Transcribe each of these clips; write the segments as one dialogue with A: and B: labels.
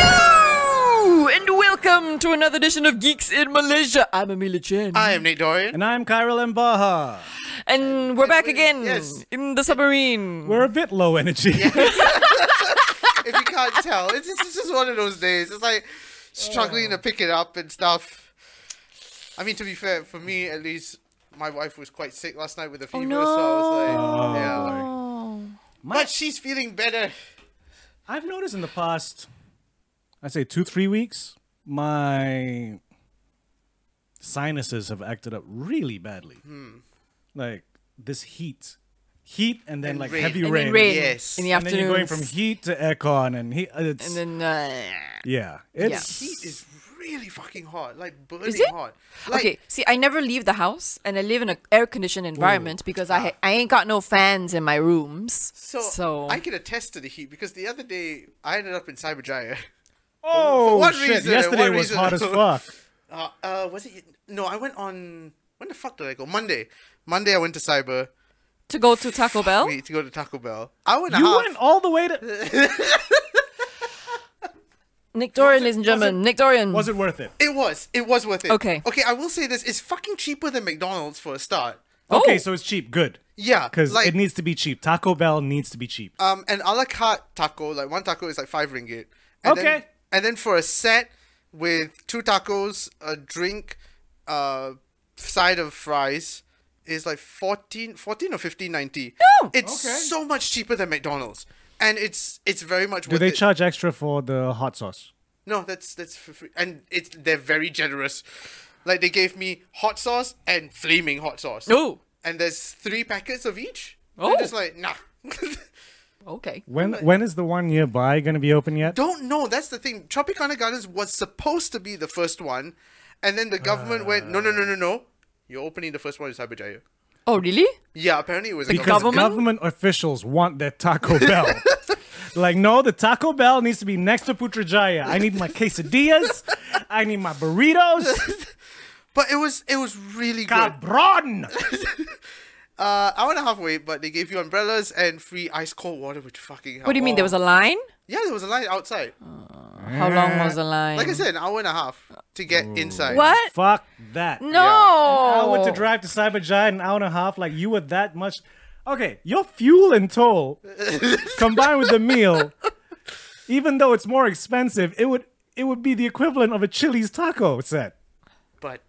A: Hello and welcome to another edition of Geeks in Malaysia. I'm Amelia Chen.
B: I am Nate Dorian.
C: And I'm Kyril M. Baha.
A: and we're back
B: we-
A: again
B: yes.
A: in the submarine.
C: We're a bit low energy.
B: if you can't tell, it's just, it's just one of those days. It's like struggling to pick it up and stuff. I mean, to be fair, for me at least, my wife was quite sick last night with a fever, so I was like, yeah.
A: Oh.
B: But she's feeling better.
C: I've noticed in the past, I'd say two, three weeks, my sinuses have acted up really badly.
B: Hmm.
C: Like this heat, heat, and then
B: And
C: like
B: rain.
C: heavy
B: And
A: And
C: rain.
A: then rain
B: Yes.
A: in the
C: And then
A: afternoon.
C: you're going from heat to aircon, and heat. It's,
A: And then, uh,
C: yeah, it's
B: Heat is really fucking hot, like burning
A: it?
B: hot. Like,
A: okay, see, I never leave the house, and I live in an air-conditioned environment because I ha-
C: Ah.
A: I ain't got no fans in my rooms.
B: So, I can attest to the heat because the other day I ended up in Cyberjaya.
C: oh
B: what
C: shit.
B: reason?
C: Yesterday
B: What
C: was
B: reason?
C: hot as fuck.
B: Uh, uh, was it? No, I went on. When the fuck did I go? Monday. Monday I went to Cyber.
A: to go to Taco Bell.
B: Wait to go to Taco Bell. Hour and a
C: You
B: half.
C: went all the way to.
A: Nick Dorian, ladies and gentlemen. Nick Dorian.
C: Was it worth it?
B: It was. It was worth it.
A: Okay.
B: Okay, I will say this. It's fucking cheaper than McDonald's for a start.
A: Oh.
C: Okay, so it's cheap. Good.
B: Yeah.
C: Because
B: like,
C: Oh, it needs to be cheap. Taco Bell needs to be cheap.
B: um an a la carte taco, like one taco is like five ringgit. And Then,
C: Okay.
B: and then for a set with two tacos, a drink, uh side of fries is like 14, 14 or fifteen ninety. No! It's
C: Okay.
B: so much cheaper than McDonald's. And it's it's very much
C: Do
B: worth
C: they
B: it.
C: charge extra for the hot sauce?
B: No, that's that's for free, and it's they're very generous. Like they gave me hot sauce and flaming hot sauce.
A: Ooh.
B: And there's three packets of each.
A: Oh.
B: I'm just like nah.
A: Okay.
C: When when is the one nearby gonna be open yet?
B: Don't know. That's the thing. Tropicana Gardens was supposed to be the first one, and then the government went no no no no no. You're opening the first one in Cyberjaya.
A: Oh, really?
B: Yeah, apparently it was a
C: Because
B: government.
A: government-
C: government? officials want their Taco Bell. like no, the Taco Bell needs to be next to Putrajaya. I need my quesadillas. I need my burritos.
B: But it was it was really good.
C: Cabron.
B: Uh, hour and a half wait, but they gave you umbrellas and free ice cold water, which fucking.
A: What do you mean? There was a line?
B: Yeah, there was a line outside.
A: How long was the line?
B: Like I said, an hour and a half to get inside.
A: What?
C: Fuck that.
A: No.
C: I hour
A: Oh.
C: to drive to Cyberjaya an hour and a half. Like you were that much. Okay, your fuel and toll combined with the meal, even though it's more expensive, it would it would be the equivalent of a Chili's taco set.
B: But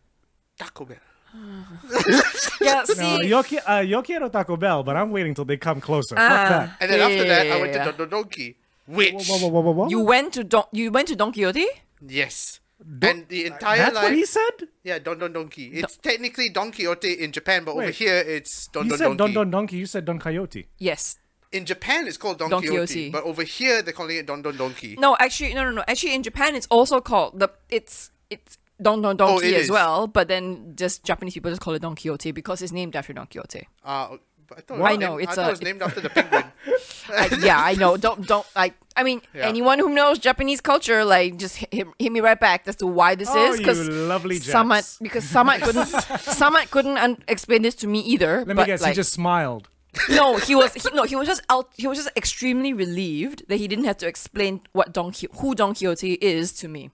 B: Taco Bell.
A: Yeah, see.
C: Uh, yo, qui- uh, yo quiero Taco Bell, but I'm waiting till they come closer.
A: Ah.
C: Fuck that.
B: And then
A: Yeah,
B: after
A: yeah,
B: that,
A: yeah,
B: I went
A: yeah.
B: to Don Donki, which
C: Whoa, whoa, whoa, whoa, whoa.
A: you went to Don- you went to Don Quixote?
B: yes, and the entire
C: That's
B: line.
C: what he said.
B: Yeah, Don Don Donki. It's technically Don Quixote in Japan, but over
C: Wait.
B: here it's Don
C: You
B: Don
C: said
B: Donki.
C: Don Don Donkey. You said Don Coyote.
A: Yes.
B: In Japan, it's called Don,
A: Don
B: Quixote,
A: Quixote.
B: but over here they're calling it Don Don Donki.
A: No, actually, no, no, no. Actually, in Japan, it's also called the it's it's Don Don Don
B: Oh,
A: Quixote
B: it
A: as
B: is.
A: well. But then just Japanese people just call it Don Quixote because it's named after Don Quixote.
B: Uh, but I, thought
A: I
B: it was
A: know,
B: named,
A: it's
B: I thought
A: a-
B: it was named after the penguin.
A: I, yeah, I know. Don't don't like. I mean,
B: Yeah.
A: anyone who knows Japanese culture, like, just hit, hit, hit me right back as to why this
C: Oh,
A: is.
C: you
A: Because
C: lovely
A: Samat,
C: Japs.
A: because Samat couldn't Samat couldn't un- explain this to me either.
C: Let
A: but,
C: me guess.
A: like-
C: he just smiled.
A: no, he was he, no, he was just out. He was just extremely relieved that he didn't have to explain what Don Qui- who Don Quixote is to me.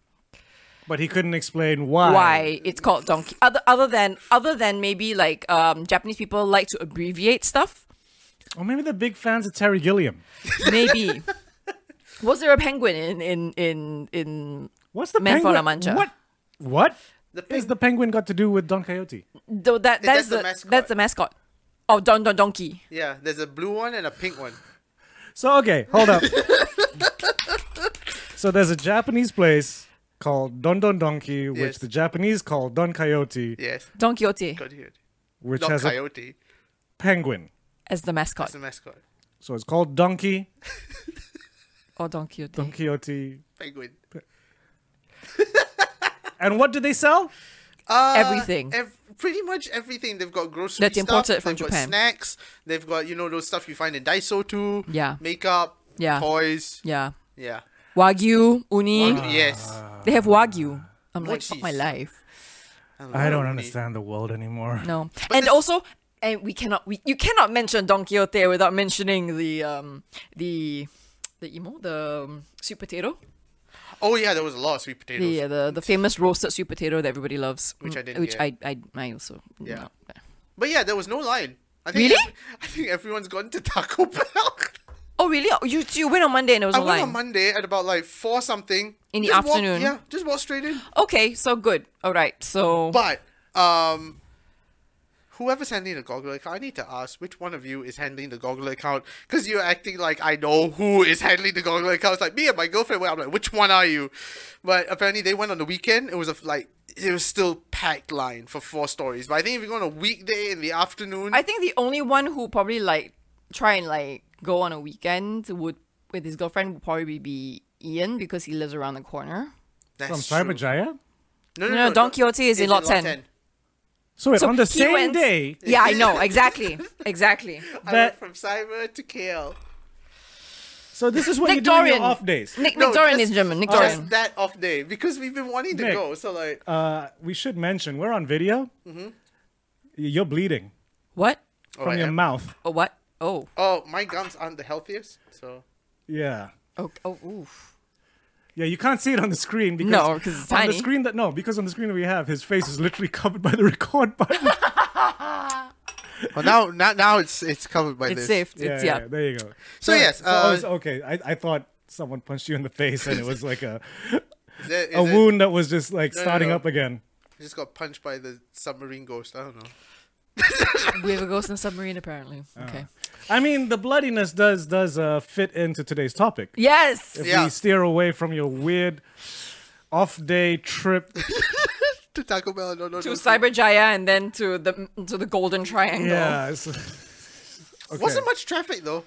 C: But he couldn't explain why.
A: Why it's called Don Qui- other other than other than maybe like um, Japanese people like to abbreviate stuff.
C: Or maybe they're big fans of Terry Gilliam.
A: Maybe was there a penguin in in in in
C: What's the
A: Man for
C: penguin?
A: La Mancha.
C: What? What?
B: The
C: What has the penguin got to do with Don Coyote?
A: though that that's,
B: that's the
A: the,
B: mascot.
A: that's the mascot. Oh, Don Don Donkey.
B: yeah, there's a blue one and a pink one.
C: So okay, hold up. so there's a Japanese place called Don Don Donkey, which
B: Yes.
C: the Japanese call Don Coyote,
B: Yes,
A: Don Quixote
B: got it.
C: which
B: Don
C: has a
B: Coyote.
C: penguin.
A: as the mascot.
B: It's a mascot.
C: So it's called Donkey
A: Oh, Don Quixote.
C: Don Coyote.
B: Penguin.
C: And what do they sell?
A: Everything.
B: Uh, Ev- pretty much everything. They've got grocery
A: That's
B: stuff,
A: imported from
B: they've got
A: Japan.
B: snacks. They've got you know those stuff you find in Daiso too.
A: Yeah.
B: Makeup,
A: Yeah.
B: toys.
A: Yeah.
B: Yeah.
A: Wagyu, uni.
B: yes.
C: Uh,
A: They have wagyu. I'm like,
B: Mochis.
A: fuck my life.
C: I don't
B: Lonely.
C: understand the world anymore.
A: No. and also, and we cannot, we you cannot mention Don Quixote without mentioning the um the the emo, the um, sweet potato,
B: Oh yeah, there was a lot of sweet potatoes.
A: the, uh, the the famous roasted sweet potato that everybody loves,
B: Which
A: Mm,
B: I didn't
A: which
B: get.
A: I, I I also
B: Yeah.
A: no.
B: But yeah, there was no line. I think
A: Really?
B: ev- I think everyone's gone to Taco Bell.
A: Oh really? Oh, you you went on Monday and it was
B: I
A: online.
B: went on Monday at about like four something
A: In the
B: Just walk-
A: afternoon.
B: yeah, just walk straight in.
A: okay, so good. All right, so
B: But um, whoever's handling the Goggle account, I need to ask which one of you is handling the Goggle account because you're acting like I know who is handling the Goggle account. It's like me and my girlfriend. Were, I'm like, which one are you? But apparently they went on the weekend. It was a, f- like it was still packed line for four stories. But I think if you go on a weekday in the afternoon,
A: I think the only one who probably like try and like go on a weekend would with his girlfriend would probably be Ian because he lives around the corner.
C: From
B: that's true.
C: Cyberjaya?
B: No,
A: No, no, Don Quixote is
B: it's
A: in lot 10.
C: So wait,
A: So
C: on the
A: he
C: same
A: went-
C: day,
A: Yeah, I know exactly, exactly.
B: I went
C: But-
B: from cyber to KL.
C: so this is what you
A: Nick
C: do on your
A: Dorian.
C: off days.
A: Nick,
B: No,
A: Nick Dorian
B: just-
A: is German. Nick
B: Just
A: Dorian.
B: that off day because we've been wanting to
C: Nick.
B: go. So like,
C: Uh, we should mention we're on video. You're bleeding
A: What?
B: Mm-hmm. Oh,
C: from
B: I
C: your
B: am.
C: mouth.
A: Oh, what? Oh.
B: oh, my gums aren't the healthiest. So
C: Yeah.
A: Oh. oh oof.
C: Yeah, you can't see it on the screen because
A: No, 'cause it's
C: on
A: tiny.
C: the screen that no, because on the screen that we have, his face is literally covered by the record button.
B: well, now, now, now it's it's covered by
A: It's safe.
C: yeah,
A: it's yeah.
C: yeah, there you go.
B: So yes,
C: so I
B: uh,
C: was- okay. I, I thought someone punched you in the face and it was like a
B: Is that- is
C: a
B: that-
C: wound that was just like
B: no,
C: starting
B: no.
C: up again.
B: Just got punched by the submarine ghost. I don't know.
A: We have a ghost in a submarine apparently.
C: Ah.
A: Okay.
C: I mean, the bloodiness does does uh, fit into today's topic.
A: Yes.
C: If
B: Yeah.
C: we steer away from your weird off day trip,
B: To Taco Bell, no, no,
A: To
B: no.
A: Cyber Jaya and then to the to the Golden Triangle.
C: yeah. it's- okay.
B: Wasn't much traffic though.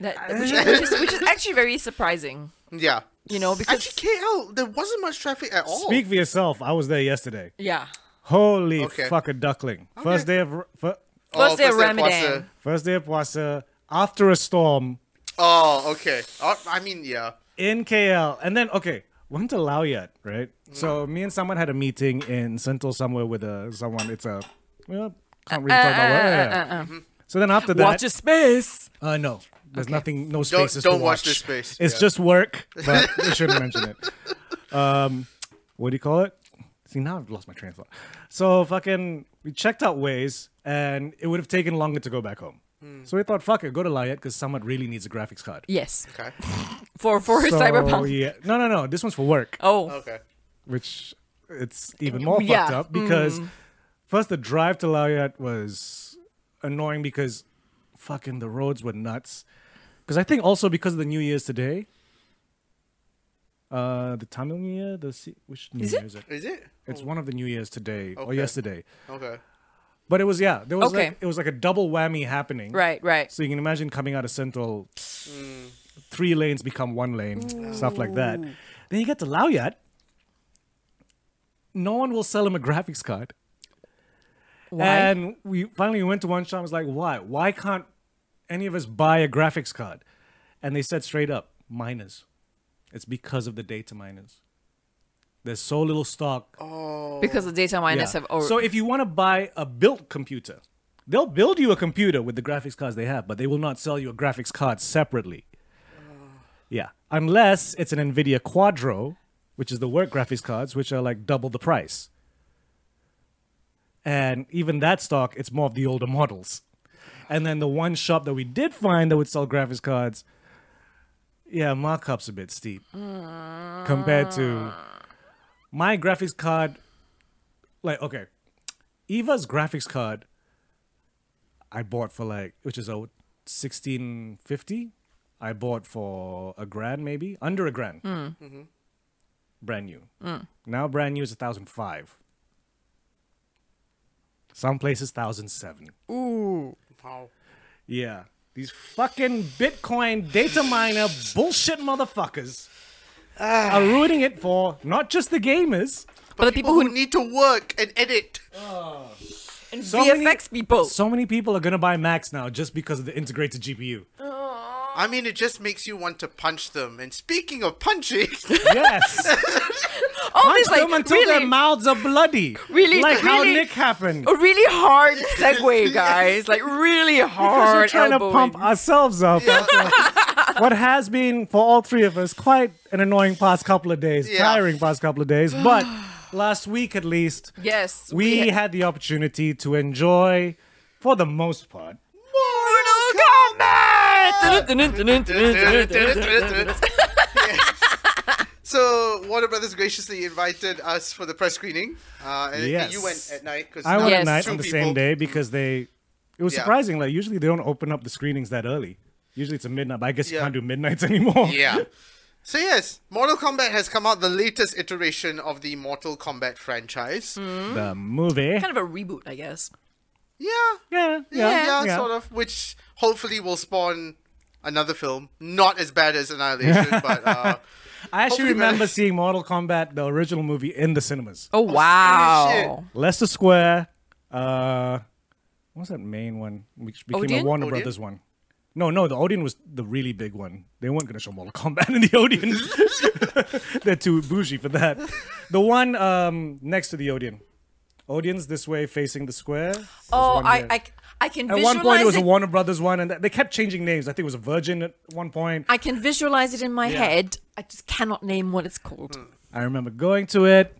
A: That, which, is, which, is, which is actually very surprising.
B: Yeah.
A: You know because
B: Actually, KL, there wasn't much traffic at
A: Oh.
B: all.
C: Speak for yourself. I was there yesterday.
A: yeah.
C: Holy
B: Okay.
C: fuck a duckling! First day of f-
B: Oh,
A: First day of
B: Puasa.
A: Ramadan.
C: first day of Puasa after a storm
B: Oh, okay. Oh, I mean, yeah.
C: in KL, and then okay, went to Lao yet, right? So me and someone had a meeting in Sentul somewhere with uh, someone. It's a well, can't really talk about what. yeah, yeah. So then after that,
A: Watch a space.
C: Uh, no. There's nothing, no
B: Don't-
C: spaces
B: don't
C: to
B: watch
C: watch.
B: this space.
C: It's
B: Yeah.
C: just work, but we shouldn't mention it. Um, what do you call it? See, now I've lost my train of thought. So fucking, we checked out ways, and it would have taken longer to go back home.
B: Hmm.
C: So we thought, fuck it, go to Lyot because someone really needs a graphics card.
A: Yes.
B: Okay.
A: For for
C: So,
A: Cyberpunk.
C: Yeah. No, no, no. This one's for work,
A: Oh.
B: Okay.
C: which it's even more
A: Mm, Yeah, Mm.
C: fucked up because first the drive to Lyot was annoying because fucking the roads were nuts. Because I think also because of the New Year's today, uh, the Tamil New Year, the se- which New
A: Is
C: Year
A: it?
C: is it?
B: Is it?
C: It's one of the New Years today or
B: Okay.
C: yesterday.
B: Okay.
C: But it was yeah, there was
A: Okay.
C: like it was like a double whammy happening.
A: Right. Right.
C: So you can imagine coming out of Central, three lanes become one lane, stuff like that. Then you get to Laoyat. No one will sell him a graphics card.
A: Why?
C: And we finally went to one shop. I was like, why? Why can't any of us buy a graphics card? And they said straight up, miners. It's because of the data miners. There's so little stock.
A: because the data miners
C: Yeah.
A: have. oh, Or,
C: So if you want to buy a built computer, they'll build you a computer with the graphics cards they have, but they will not sell you a graphics card separately. Yeah, unless it's an Nvidia Quadro, which is the work graphics cards, which are like double the price. And even that stock, it's more of the older models. And then the one shop that we did find that would sell graphics cards, yeah, markup's a bit steep compared to my graphics card like okay eva's graphics card i bought for like which is a 1650 i bought for a grand maybe under a grand brand new now brand new is 1005 some places 1007
B: Wow.
C: yeah these fucking bitcoin data miner bullshit motherfuckers are ruining it for not just the gamers
A: but the
B: People who need to work and edit.
A: and
C: so many-
A: VFX people.
C: So many people are gonna buy Macs now just because of the integrated GPU.
B: I mean, it just makes you want to punch them. And speaking of punching,
C: Yes.
A: All
C: Punch
A: this like
C: them until
A: really,
C: their mouths are bloody.
A: Really-
C: Like how
A: really-
C: Nick happened.
A: a really hard segue, guys. Like really
C: Because we're
A: hard.
C: trying
A: elbowing.
C: to pump ourselves up. after what has been for all three of us quite an annoying past couple of days,
B: Yeah.
C: tiring past couple of days, but last week at least,
A: Yes,
C: we had the opportunity to enjoy, for the most part,
A: Mortal Kombat.
B: so Warner Brothers graciously invited us for the press screening. Uh, and
C: Yes.
B: you went at night because
C: I went
A: Yes.
C: at night
B: Two
C: on the
B: people.
C: same day because they. It was
B: Yeah.
C: surprising. Like usually they don't open up the screenings that early. Usually it's a midnight, but I guess you
B: Yeah.
C: can't do midnights anymore.
B: Yeah. So yes, Mortal Kombat has come out the latest iteration of the Mortal Kombat franchise.
C: the movie.
A: Kind of a reboot, I guess.
B: Yeah.
C: Yeah,
B: Yeah,
C: yeah, yeah.
B: sort of. Which hopefully will spawn another film. Not as bad as Annihilation, but uh,
C: I actually
B: Hopefully, man.
C: remember seeing Mortal Kombat, the original movie, in the cinemas.
A: Oh wow!
B: shit.
C: Leicester Square. Uh, what was that main one? Which became
A: Odeon?
C: a Warner
B: Odeon?
C: Brothers one. No, no, the Odeon was the really big one. They weren't going to show Mortal Kombat in the Odeon. They're too bougie for that. The one um, next to the Odeon. Odeon's this way facing the square. There's
A: Oh,
C: one
A: I,
C: here.
A: I, I can
C: At
A: visualize
C: one point, it was a
A: it.
C: Warner Brothers one, and they kept changing names. I think it was a Virgin at one point.
A: I can visualize it in my
C: Yeah. Mm,
A: head. I just cannot name what it's called.
C: I remember going to it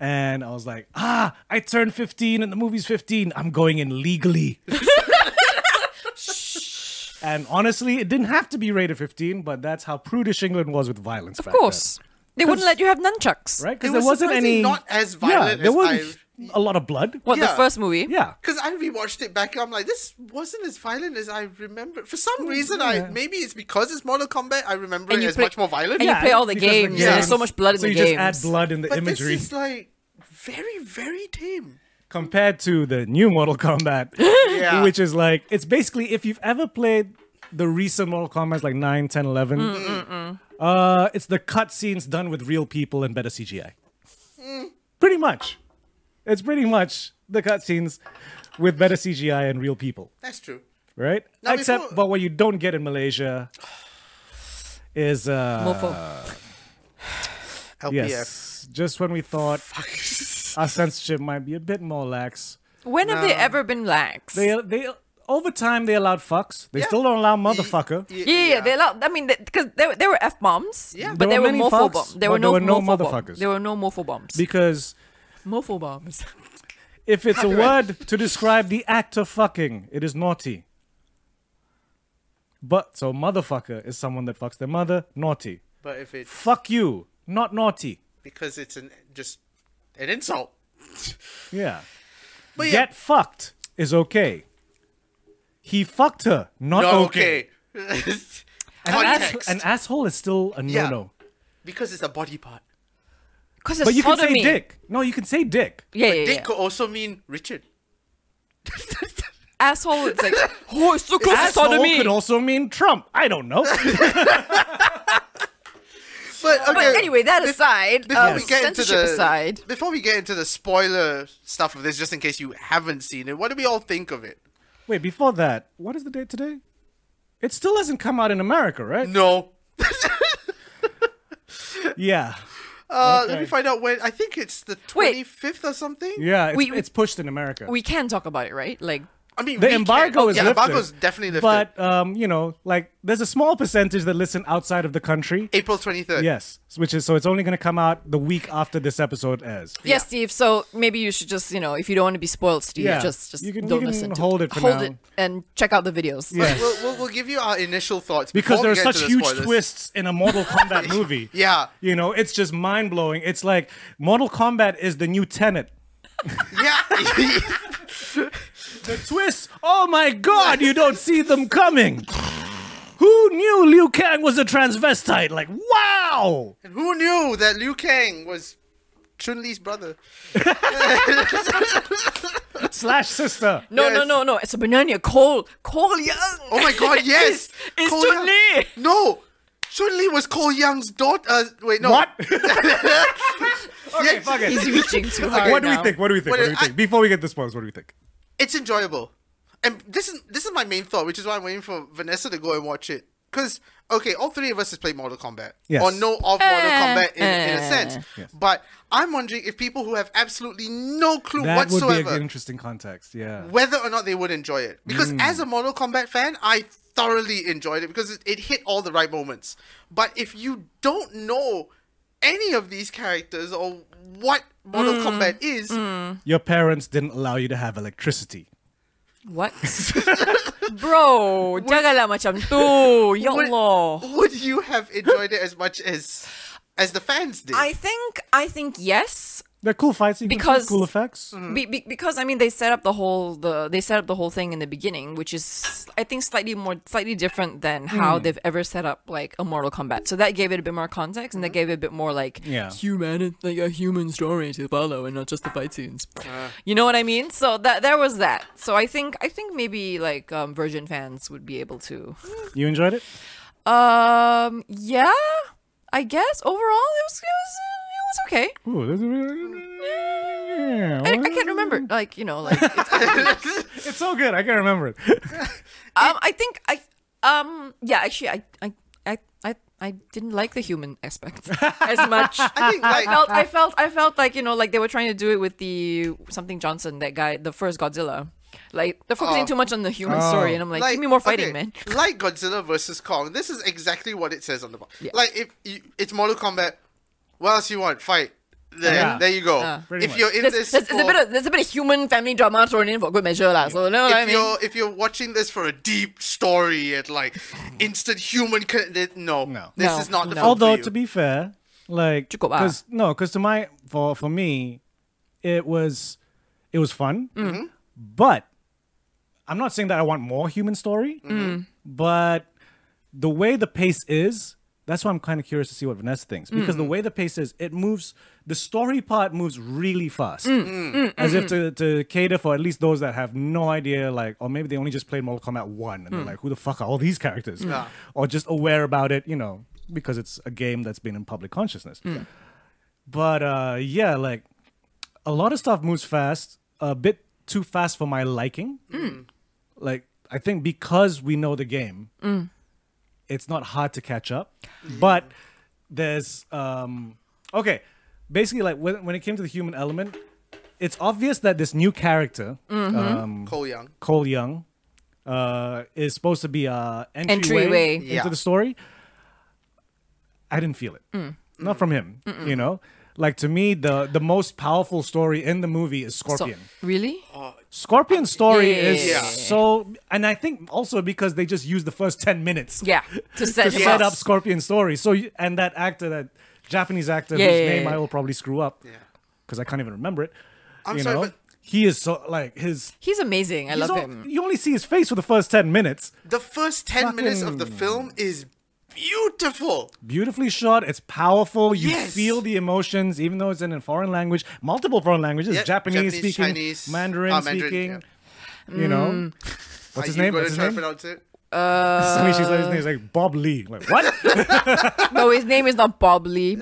C: and I was like, ah, I turned 15 and the movie's 15. I'm going in legally. and honestly, it didn't have to be rated 15, but that's how prudish England was with violence.
A: Of course, they wouldn't let you have nunchucks.
C: Right?
B: It
C: Because there
B: was
C: wasn't
B: surprisingly
C: any.
B: not as violent
C: yeah, there
B: as
C: wasn't a lot of blood.
A: What
B: Yeah.
A: the first movie?
C: Yeah.
B: Because I rewatched it back, I'm like, this wasn't as violent as I remember. For
C: Mm,
B: some reason, I maybe it's because it's Mortal Kombat, I remember
A: And
B: it
A: you
B: as
A: play-
B: much more violent.
A: and you
C: Yeah,
A: play all the
C: because
A: games,
B: and there's
A: so much blood in
C: so
A: the
C: you
A: games.
C: just add blood in the
B: but
C: imagery
B: this is like very, very tame.
C: compared to the new Mortal Kombat,
B: Yeah.
C: which is like, it's basically if you've ever played the recent Mortal Kombat, like 9, 10, 11,
B: Mm,
C: Uh, it's the cutscenes done with real people and better CGI. Pretty much. It's pretty much the cutscenes with better CGI and real people,
B: That's true.
C: right?
B: Now
C: Except,
B: before-
C: but what you don't get in Malaysia is uh,
A: Mofo.
B: LPF.
C: yes, just when we thought our censorship might be a bit more lax,
A: When have they ever been lax?
C: they they over time they allowed fucks. They
B: Yeah.
C: still don't allow motherfucker.
B: Y-
A: yeah, yeah, yeah, they allowed. I mean, because there, there were f bombs,
B: Yeah.
A: but
C: There
A: there
C: were
A: were,
C: many
A: mofo
C: fucks,
A: bombs.
C: but
A: There were
C: there
A: no,
C: were
A: mofo
C: no
A: bombs.
C: motherfuckers.
A: There were no mofo bombs.
C: because
A: mofo bombs.
C: if it's a word to describe the act of fucking, it is naughty. But so motherfucker is someone that fucks their mother, naughty.
B: But if it's
C: Fuck you, not naughty.
B: because it's an just an insult.
C: Yeah.
B: But
C: Get fucked is okay. He fucked her, not
B: yeah, no,
C: Oh, okay.
B: okay.
C: An, ass-
B: Context.
C: an asshole is still a no
B: Yeah.
C: no.
B: because it's a body part.
A: Because it's
C: But you can
A: sodomy.
C: say dick. No, you can say dick.
A: Yeah, yeah,
B: Dick
A: yeah.
B: could also mean Richard.
A: Asshole. It's like oh, it's so close to
C: Asshole
A: sodomy.
C: could also mean Trump. I don't know.
B: But, okay.
A: But anyway, that aside,
B: before
A: um,
B: we get into
A: censorship
B: the
A: aside,
B: before we get into the spoiler stuff of this, just in case you haven't seen it, what do we all think of it?
C: Wait, before that, what is the date today? It still hasn't come out in America, right?
B: No,
C: Yeah.
B: uh, let me
C: Okay.
B: find out when. I think it's the
A: Wait.
B: twenty fifth or something.
C: Yeah, it's,
A: We- we-
C: it's pushed in America.
A: we can talk about it, right? Like,
B: I mean
C: the
B: we
C: embargo
B: can,
C: is
B: yeah,
C: lifted.
B: embargo's definitely lifted.
C: But, um, you know, like, there's a small percentage that listen outside of the country.
B: April twenty third.
C: Yes, which is so it's only going to come out the week after this episode airs.
A: yes, Steve. So maybe you should just, you know, if you don't want to be spoiled, Steve,
C: Yeah.
A: just, just
C: You can- you
A: don't
C: can
A: listen. to
C: hold it for
A: hold
C: now.
A: it and check out the videos.
C: Yes.
B: We'll, we'll, we'll give you our initial thoughts
C: because
B: before
C: there
B: we get
C: are such
B: to the
C: huge
B: spoilers.
C: twists in a Mortal Kombat movie.
B: Yeah.
C: You know, it's just mind blowing. It's like Mortal Kombat is the new Tenet.
B: Yeah.
C: The twists, oh my god, you don't see them coming. Who knew Liu Kang was a transvestite? Like, wow!
B: and who knew that Liu Kang was Chun Li's brother?
C: Slash sister.
A: No, no,
B: Yes.
A: no, no. It's a banana. Cole, Cole Young.
B: Oh my god, yes!
A: it's it's
B: Cole
A: Chun
B: Young-
A: Li.
B: No! Chun Li was Cole Young's daughter. Uh, wait, no.
C: What?
B: okay,
C: fuck it.
A: He's reaching too hard.
C: what do we
A: now.
C: think? What do we think? What,
B: What
C: do we
B: is-
C: think?
B: I-
C: Before we get the spoilers, what do we think?
B: It's enjoyable. And this is this is my main thought, which is why I'm waiting for Vanessa to go and watch it. because okay, all three of us has played Mortal Kombat
C: Yes.
B: or know of Mortal
A: Eh.
B: Kombat in, in a
A: Eh.
B: sense.
C: Yes.
B: But I'm wondering if people who have absolutely no clue
C: That would be
B: whatsoever
C: an interesting context. Yeah.
B: whether or not they would enjoy it. Because
C: Mm.
B: as a Mortal Kombat fan, I thoroughly enjoyed it because it, it hit all the right moments. But if you don't know any of these characters or what Mortal
A: Mm.
B: Kombat is,
C: Your parents didn't allow you to have electricity.
A: What? Bro, jagalah macam tu. Ya
B: would,
A: Allah.
B: would you have enjoyed it as much as as the fans did?
A: I think I think yes.
C: They're cool fight
A: Because-
C: sequences,
A: Mm.
C: cool effects.
A: Be, be, because I mean they set up the whole the they set up the whole thing in the beginning, which is I think slightly more slightly different than how they've ever set up like a Mortal Kombat. So that gave it a bit more context, and that gave it a bit more like
C: Yeah.
A: human like a human story to follow, and not just the fight scenes. you know what I mean? So that there was that. So I think I think maybe like um, Virgin fans would be able to.
C: You enjoyed it?
A: Um, yeah, I guess overall it was it was, it was okay.
C: Ooh, this
A: I, I can't remember, like you know, like it's-
C: It's so good. I can't remember it.
A: um, I think I um yeah actually I I I I, I didn't like the human aspect as much.
B: I think
A: I
B: like
A: felt I felt I felt like you know like they were trying to do it with the something Johnson that guy the first Godzilla, like they're focusing
B: Oh.
A: too much on the human
C: Oh.
A: story and I'm like, give me more fighting
B: okay,
A: man.
B: Like Godzilla versus Kong, this is exactly what it says on the box.
A: Yeah.
B: Like if you, it's Mortal Kombat, what else you want? Fight. There,
C: Yeah.
B: there you go.
C: Pretty
B: if
C: much.
B: you're in
A: There's,
B: this,
A: there's, there's a
B: for-
A: bit of there's a bit of human family drama thrown in for good measure lah. So you know what
B: if
A: I mean.
B: you're if you're watching this for a deep story and like instant human, con- th- no,
C: No.
B: this
A: No,
B: is not the
A: no.
B: film
C: Although
B: for you.
C: to be fair, like
A: Cukup ah.
C: because no, because to my for for me, it was it was fun,
B: Mm-hmm.
C: but I'm not saying that I want more human story,
B: Mm-hmm.
C: but the way the pace is. That's why I'm kind of curious to see what Vanessa thinks because the way the pace is, it moves. The story part moves really fast, as if to, to cater for at least those that have no idea, like, or maybe they only just played Mortal Kombat One, and they're like, "Who the fuck are all these characters?" Or just aware about it, you know, because it's a game that's been in public consciousness. But uh, yeah, like a lot of stuff moves fast, a bit too fast for my liking. Like I think because we know the game, it's not hard to catch up. But there's um okay, basically like when when it came to the human element, it's obvious that this new character,
A: Mm-hmm.
C: um,
B: Cole Young.
C: Cole Young, uh, is supposed to be a entryway,
A: Entryway.
C: into
B: Yeah.
C: the story. I didn't feel it.
A: Mm.
C: Not from him, you know. Like to me, the the most powerful story in the movie is
A: So,
C: Scorpion.
A: really?
C: Scorpion's story
A: Yeah.
C: is
B: Yeah.
C: so, and I think also because they just used the first ten minutes
A: Yeah. To set,
C: to
A: him
C: set up Scorpion story. So you- and that actor, that Japanese actor
A: Yeah,
C: whose
A: yeah,
C: name
A: yeah.
C: I will probably screw up because I can't even remember it.
B: I'm
C: you
B: sorry,
C: know,
B: but-
C: he is so like his.
A: He's amazing. I
C: he's
A: love
C: all-
A: him.
C: You only see his face for the first ten minutes.
B: The first ten minutes of the film is beautiful.
C: Beautifully shot. It's powerful. You
B: Yes.
C: feel the emotions, even though it's in a foreign language, multiple foreign languages,
B: Yeah,
C: Japanese,
B: Japanese,
C: speaking,
B: Chinese,
C: Mandarin
B: uh, Mandarin,
C: speaking. You know,
A: Mm.
C: what's his
B: Are you
C: name?
B: going
C: What's
B: to
C: his
B: try to
C: name?
B: pronounce it?
C: I mean, she's like, his name is like Bob Lee. Like what?
A: No, his name is not Bob Lee.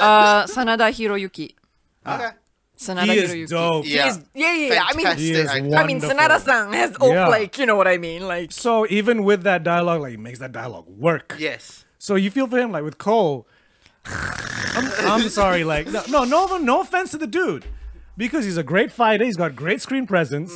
A: Uh, Sanada Hiroyuki.
B: Okay.
A: Sanada
C: Ah. He is
A: Hiroyuki.
C: dope.
A: He is- yeah, yeah, yeah. I mean,
B: Fantastic
C: He is
B: actor.
A: I mean,
C: Wonderful.
A: Sanada-san has all
C: Yeah.
A: like, you know what I mean, like.
C: so even with that dialogue, like it makes that dialogue work.
B: Yes.
C: So you feel for him, like with Cole. I'm, I'm sorry, like no, no, no, no offense to the dude, because he's a great fighter. He's got great screen presence.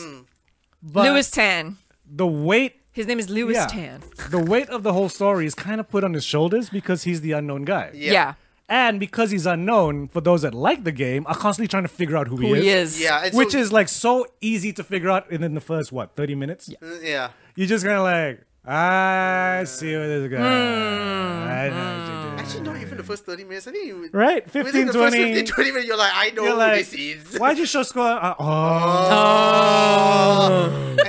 C: But
A: Lewis Tan.
C: the weight,
A: His name is Lewis
C: yeah,
A: Tan.
C: the weight of the whole story is kind of put on his shoulders because he's the unknown guy.
A: Yeah.
B: Yeah.
C: And because he's unknown, for those that like the game, are constantly trying to figure out who,
A: Who he is.
B: Yeah. It's
C: which
B: so-
C: is like so easy to figure out within the first what thirty minutes. Yeah.
B: Uh, yeah.
C: You're just kind of like, "Ah, I see what this guy.
A: Hmm.
C: I know what you're doing."
B: Actually, not even the first 30 minutes. I think you.
C: Right,
B: Within
C: 15,
B: the first
C: 20.
B: 15, 20 minutes, you're like, I know
C: You're
B: who
C: like,
B: this is.
C: why'd you show score? Uh, oh.
B: And-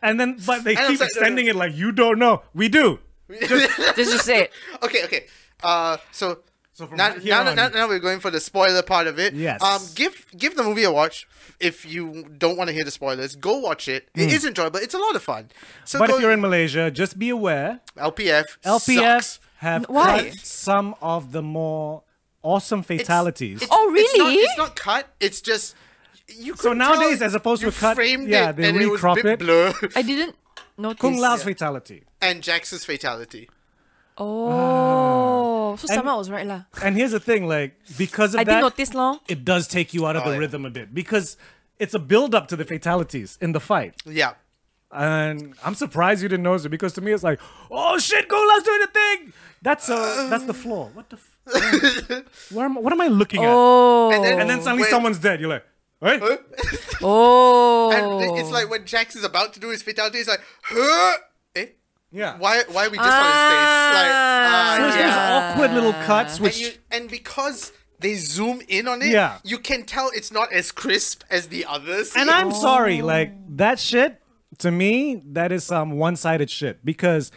C: And then, but they
B: Oh. And I'm
C: keep
B: sorry,
C: extending it like, you don't know. We do.
A: This is just it.
B: okay, okay. Uh, so,
C: So from
B: now,
C: right here
B: now, now,
C: on-
B: now we're going for the spoiler part of it.
C: Yes.
B: Um, give give the movie a watch if you don't want to hear the spoilers. Go watch it. It is enjoyable. It's a lot of fun. So
C: Hmm. But
B: go,
C: if you're in Malaysia, just be aware
B: LPF,
C: LPF
B: sucks.
C: have
A: Why?
C: cut some of the more awesome fatalities.
B: It's-
A: Oh,
B: It's not,
A: really?
B: it's not cut. It's just you.
C: So
B: could
C: nowadays,
B: tell
C: as opposed to
B: you
C: a cut,
B: framed
C: yeah,
B: it
C: they
B: and it was a
C: recrop
B: bit
C: it.
B: blur.
A: I didn't notice.
C: Kung Lao's fatality.
B: and Jax's fatality.
A: Oh, so
C: And-
A: sama was right lah.
C: And here's the thing, like because of
A: I did
C: that,
A: notice long.
C: it does take you out of
B: Oh,
C: the
B: yeah.
C: rhythm a bit because it's a build up to the fatalities in the fight.
B: Yeah.
C: And I'm surprised you didn't notice it because to me it's like, oh shit, Golas doing the thing. That's a, that's the flaw. What the? F- where am, what am I looking
A: Oh,
B: And then-
C: at? And then suddenly
B: Wait.
C: someone's dead. You're like, hey,
A: oh,
B: And it's like when Jax is about to do his fatality, it's like, huh? Eh?
C: yeah.
B: Why, why are we just on his face? Like,
A: Ah.
B: ah,
C: So it's those
B: yeah.
C: awkward little cuts,
B: And,
C: which
B: you, and because they zoom in on it,
C: Yeah.
B: you can tell it's not as crisp as the others.
C: And I'm sorry, like that shit to me, that is some one-sided shit because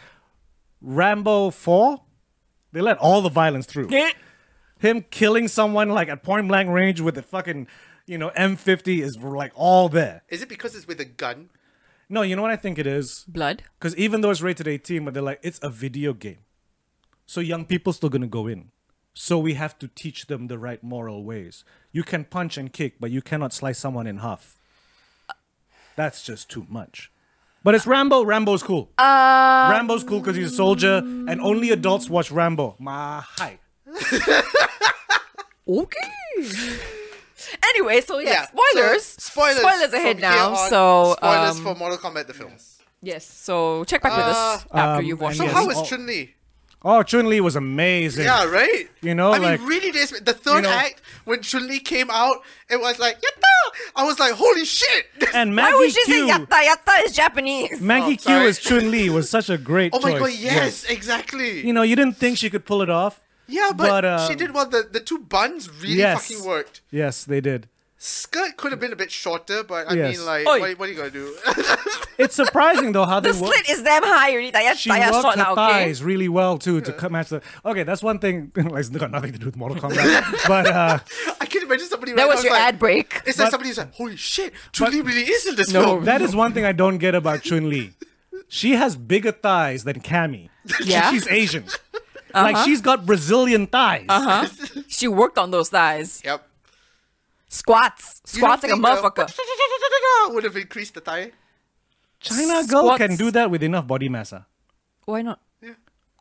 C: Rambo 4, they let all the violence through. Him killing someone like at point blank range with a fucking, you know, M50 is like all there.
B: Is it because it's with a gun?
C: No, you know what I think it is?
A: blood.
C: Cuz even though it's rated 18, but they're like it's a video game. So young people still going to go in. So we have to teach them the right moral ways. You can punch and kick, but you cannot slice someone in half. That's just too much. But it's Rambo. Rambo's cool. Rambo's cool because he's a soldier, and only adults watch Rambo. My hi.
A: Okay. anyway, so
B: Yeah.
A: yes, spoilers.
B: So, spoilers.
A: Spoilers ahead
B: from
A: now.
B: here on,
A: so
B: spoilers
A: um,
B: for Mortal Kombat the film.
A: yes, so check back with us after you've watched.
C: Uh, and
A: it.
C: yes.
B: How was
C: Oh.
B: Chun Li?
C: Oh, Chun Li was amazing.
B: Yeah, right.
C: You know,
B: I
C: like-
B: mean, really, this the third
C: know-
B: act when Chun Li came out, it was like, yatta! I was like, holy shit!
C: And
A: Why
C: Maggie
A: would you say
C: Q.
A: yatta? Yatta is Japanese.
C: Maggie
B: Oh,
C: Q
B: sorry.
C: as Chun Li was such a great
B: oh my
C: choice.
B: god, yes, exactly.
C: You know, you didn't think she could pull it off.
B: yeah, but,
C: uh,
B: she did well. The the two buns really
C: yes.
B: fucking worked.
C: Yes, they did.
B: Skirt could have been a bit shorter, but I
C: Yes.
B: mean, like,
A: Oi.
B: what, what are you gonna do?
C: It's surprising though how they
A: the
C: work.
A: slit is damn high already. Taya,
C: she
A: taya
C: worked
A: short
C: her
A: now, okay?
C: thighs really well too to cut match the. Okay, that's one thing. like, it's got nothing to do with Mortal Kombat, but uh,
B: I can imagine somebody.
A: That
B: right
A: was
B: now
A: your
B: is like,
A: ad break.
B: It's like somebody who's like, holy shit, Chun Li really is in this
A: No.
B: film.
C: that is one thing I don't get about Chun Li. She has bigger thighs than Cammy.
A: Yeah. Uh-huh.
C: she's Asian. Like she's got Brazilian thighs.
A: Huh? she worked on those thighs.
B: Yep.
A: Squats.
B: You don't
A: Squats like a
B: think the-
A: motherfucker.
B: would have increased the thigh.
C: China girl
A: Squats.
C: can do that with enough body mass. ah.
A: Why not?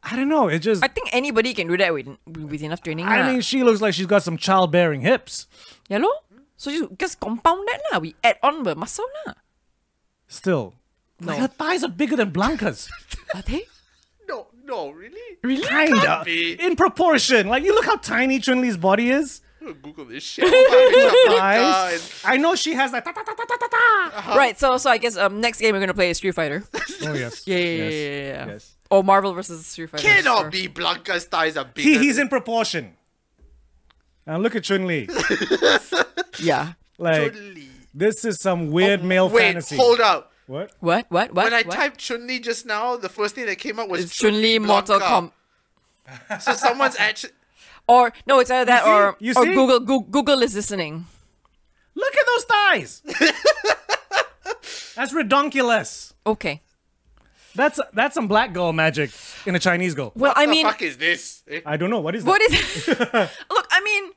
C: I don't know. It just.
A: I think anybody can do that with, with enough training.
C: I
A: lah.
C: mean, she looks like she's got some childbearing hips.
A: Yeah, lor. So you just compound that lah. We add on the muscle lah.
C: Still, like
A: No.
C: her thighs are bigger than Blanca's.
A: Are they?
B: No, no, really?
C: Kinda.
B: be.
C: In proportion. Like, you look how tiny Chun Li's body is.
B: I'm gonna Google this shit. Oh my God.
C: Guys. I know she has that. Ta, ta, ta, ta, ta, ta, ta.
A: Right. So so I guess um next game we're gonna play is Street Fighter.
C: Oh, yes.
A: Yeah, yeah, yeah,
C: Yes.
A: yeah, yeah, yeah.
C: Yes.
A: Or Marvel versus Street Fighter. Sure.
B: Cannot be Blanca's thighs are bigger.
C: See, he's in proportion. Now look at Chun Li.
A: Yeah.
C: Like,
B: Chun Li.
C: this is some weird
A: Oh,
C: male
B: Wait,
C: fantasy.
B: hold up.
C: What?
A: What? What? What?
B: When I
A: what?
B: typed Chun Li just now, the first thing that came up was
A: It's Chun Li Mortal
B: Blanca.
A: Kombat.
B: So someone's actually.
A: Or no, it's either that
C: see?
A: or
C: You
A: or
C: see?
A: Google, Google Google is listening.
C: Look at those thighs. That's redonkulous.
A: Okay.
C: That's that's some black girl magic in a Chinese girl.
A: Well, I
B: the
A: mean,
B: fuck is this? Eh?
C: I don't know what is
A: what
C: that.
A: is? look, I mean,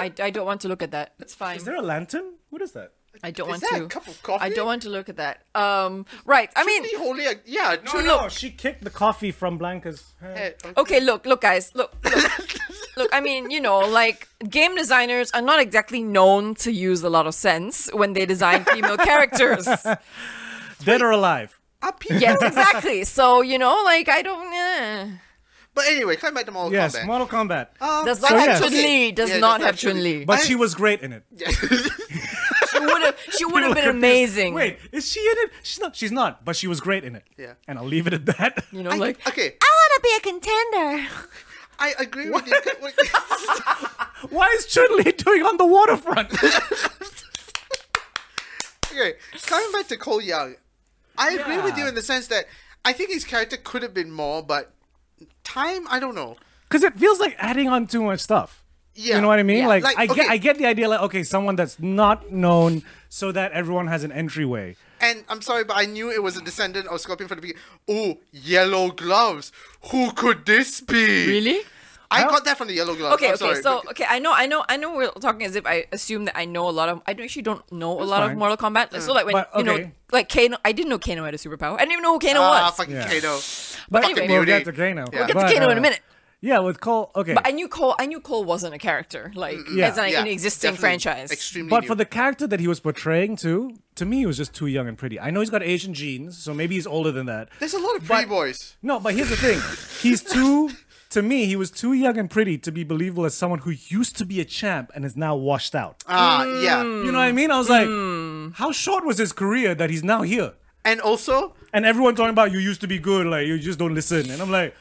A: I, I don't want to look at that. It's fine.
C: Is there a lantern? What is that?
A: I don't
B: Is
A: want
B: that
A: to.
B: a cup of coffee?
A: I don't want to look at that. Um. Right. I mean.
B: Chun Li holding a- uh, Yeah, Chun
A: no.
C: Oh, she kicked the coffee from Blanca's hand.
B: Li.
A: Okay. Look. Look, guys. Look. Look. look. I mean, you know, like game designers are not exactly known to use a lot of sense when they design female characters.
C: Dead or alive?
B: Up here.
A: Yes, exactly. So you know, like I don't. eh.
B: But anyway, coming back to Mortal
C: Yes,
B: Kombat.
C: Mortal Kombat.
A: Does not
C: So,
A: have
C: yes.
A: Chun Li. Does
B: Um, Yeah,
A: not
B: does
A: have Chun Li.
C: but she was great in it.
A: She would have. She would have been amazing.
C: Wait, is she in it? She's not. She's not. But she was great in it.
B: Yeah.
C: And I'll leave it at that.
A: You know,
B: I,
A: like
B: okay,
A: want to be a contender.
B: I agree with you.
C: Why is Chun Li doing on the waterfront?
B: okay, coming back to Cole Young, I agree with you in the sense that I think his character could have been more, but time, I don't know.
C: Because it feels like adding on too much stuff.
B: Yeah.
C: You know what I mean?
A: Yeah.
C: Like,
B: Like,
C: I get,
B: okay.
C: I get the idea. Like, okay, someone that's not known, so that everyone has an entryway.
B: And I'm sorry, but I knew it was a descendant of Scorpion from the beginning. Oh, yellow gloves. Who could this be?
A: Really?
B: I got that from the yellow glove.
A: Okay,
B: I'm
A: okay.
B: sorry,
A: so
B: but-
A: okay, I know, I know, I know. We're talking as if I assume that I know a lot of. I don't- actually don't know a lot
C: fine.
A: of Mortal Kombat. Like, so like when
C: But,
A: you know,
C: okay.
A: like Kano, I didn't know Kano had a superpower. I didn't even know who Kano
B: ah,
A: was.
B: fucking
C: Yeah.
B: Kano.
C: But
A: Fucking
C: we'll
B: beauty.
C: get to Kano.
B: We'll
A: get to
C: But,
A: Kano in a
C: uh,
A: minute.
C: Yeah, with Cole. Okay.
A: But I knew Cole. I knew Cole wasn't a character, like
C: Yeah.
A: as an,
B: Mm, Yeah,
A: an existing
B: definitely
A: franchise.
B: Extremely.
C: But
B: new.
C: for the character that he was portraying too, to me he was just too young and pretty. I know he's got Asian genes, so maybe he's older than that.
B: there's a lot of
C: but-
B: pretty boys.
C: No, but here's the thing. He's too to me, he was too young and pretty to be believable as someone who used to be a champ and is now washed out.
B: Ah,
A: Mm.
B: yeah.
C: You know what I mean? I was like, how short was his career that he's now here?
B: And also,
C: And everyone talking about you used to be good, like you just don't listen. And I'm like,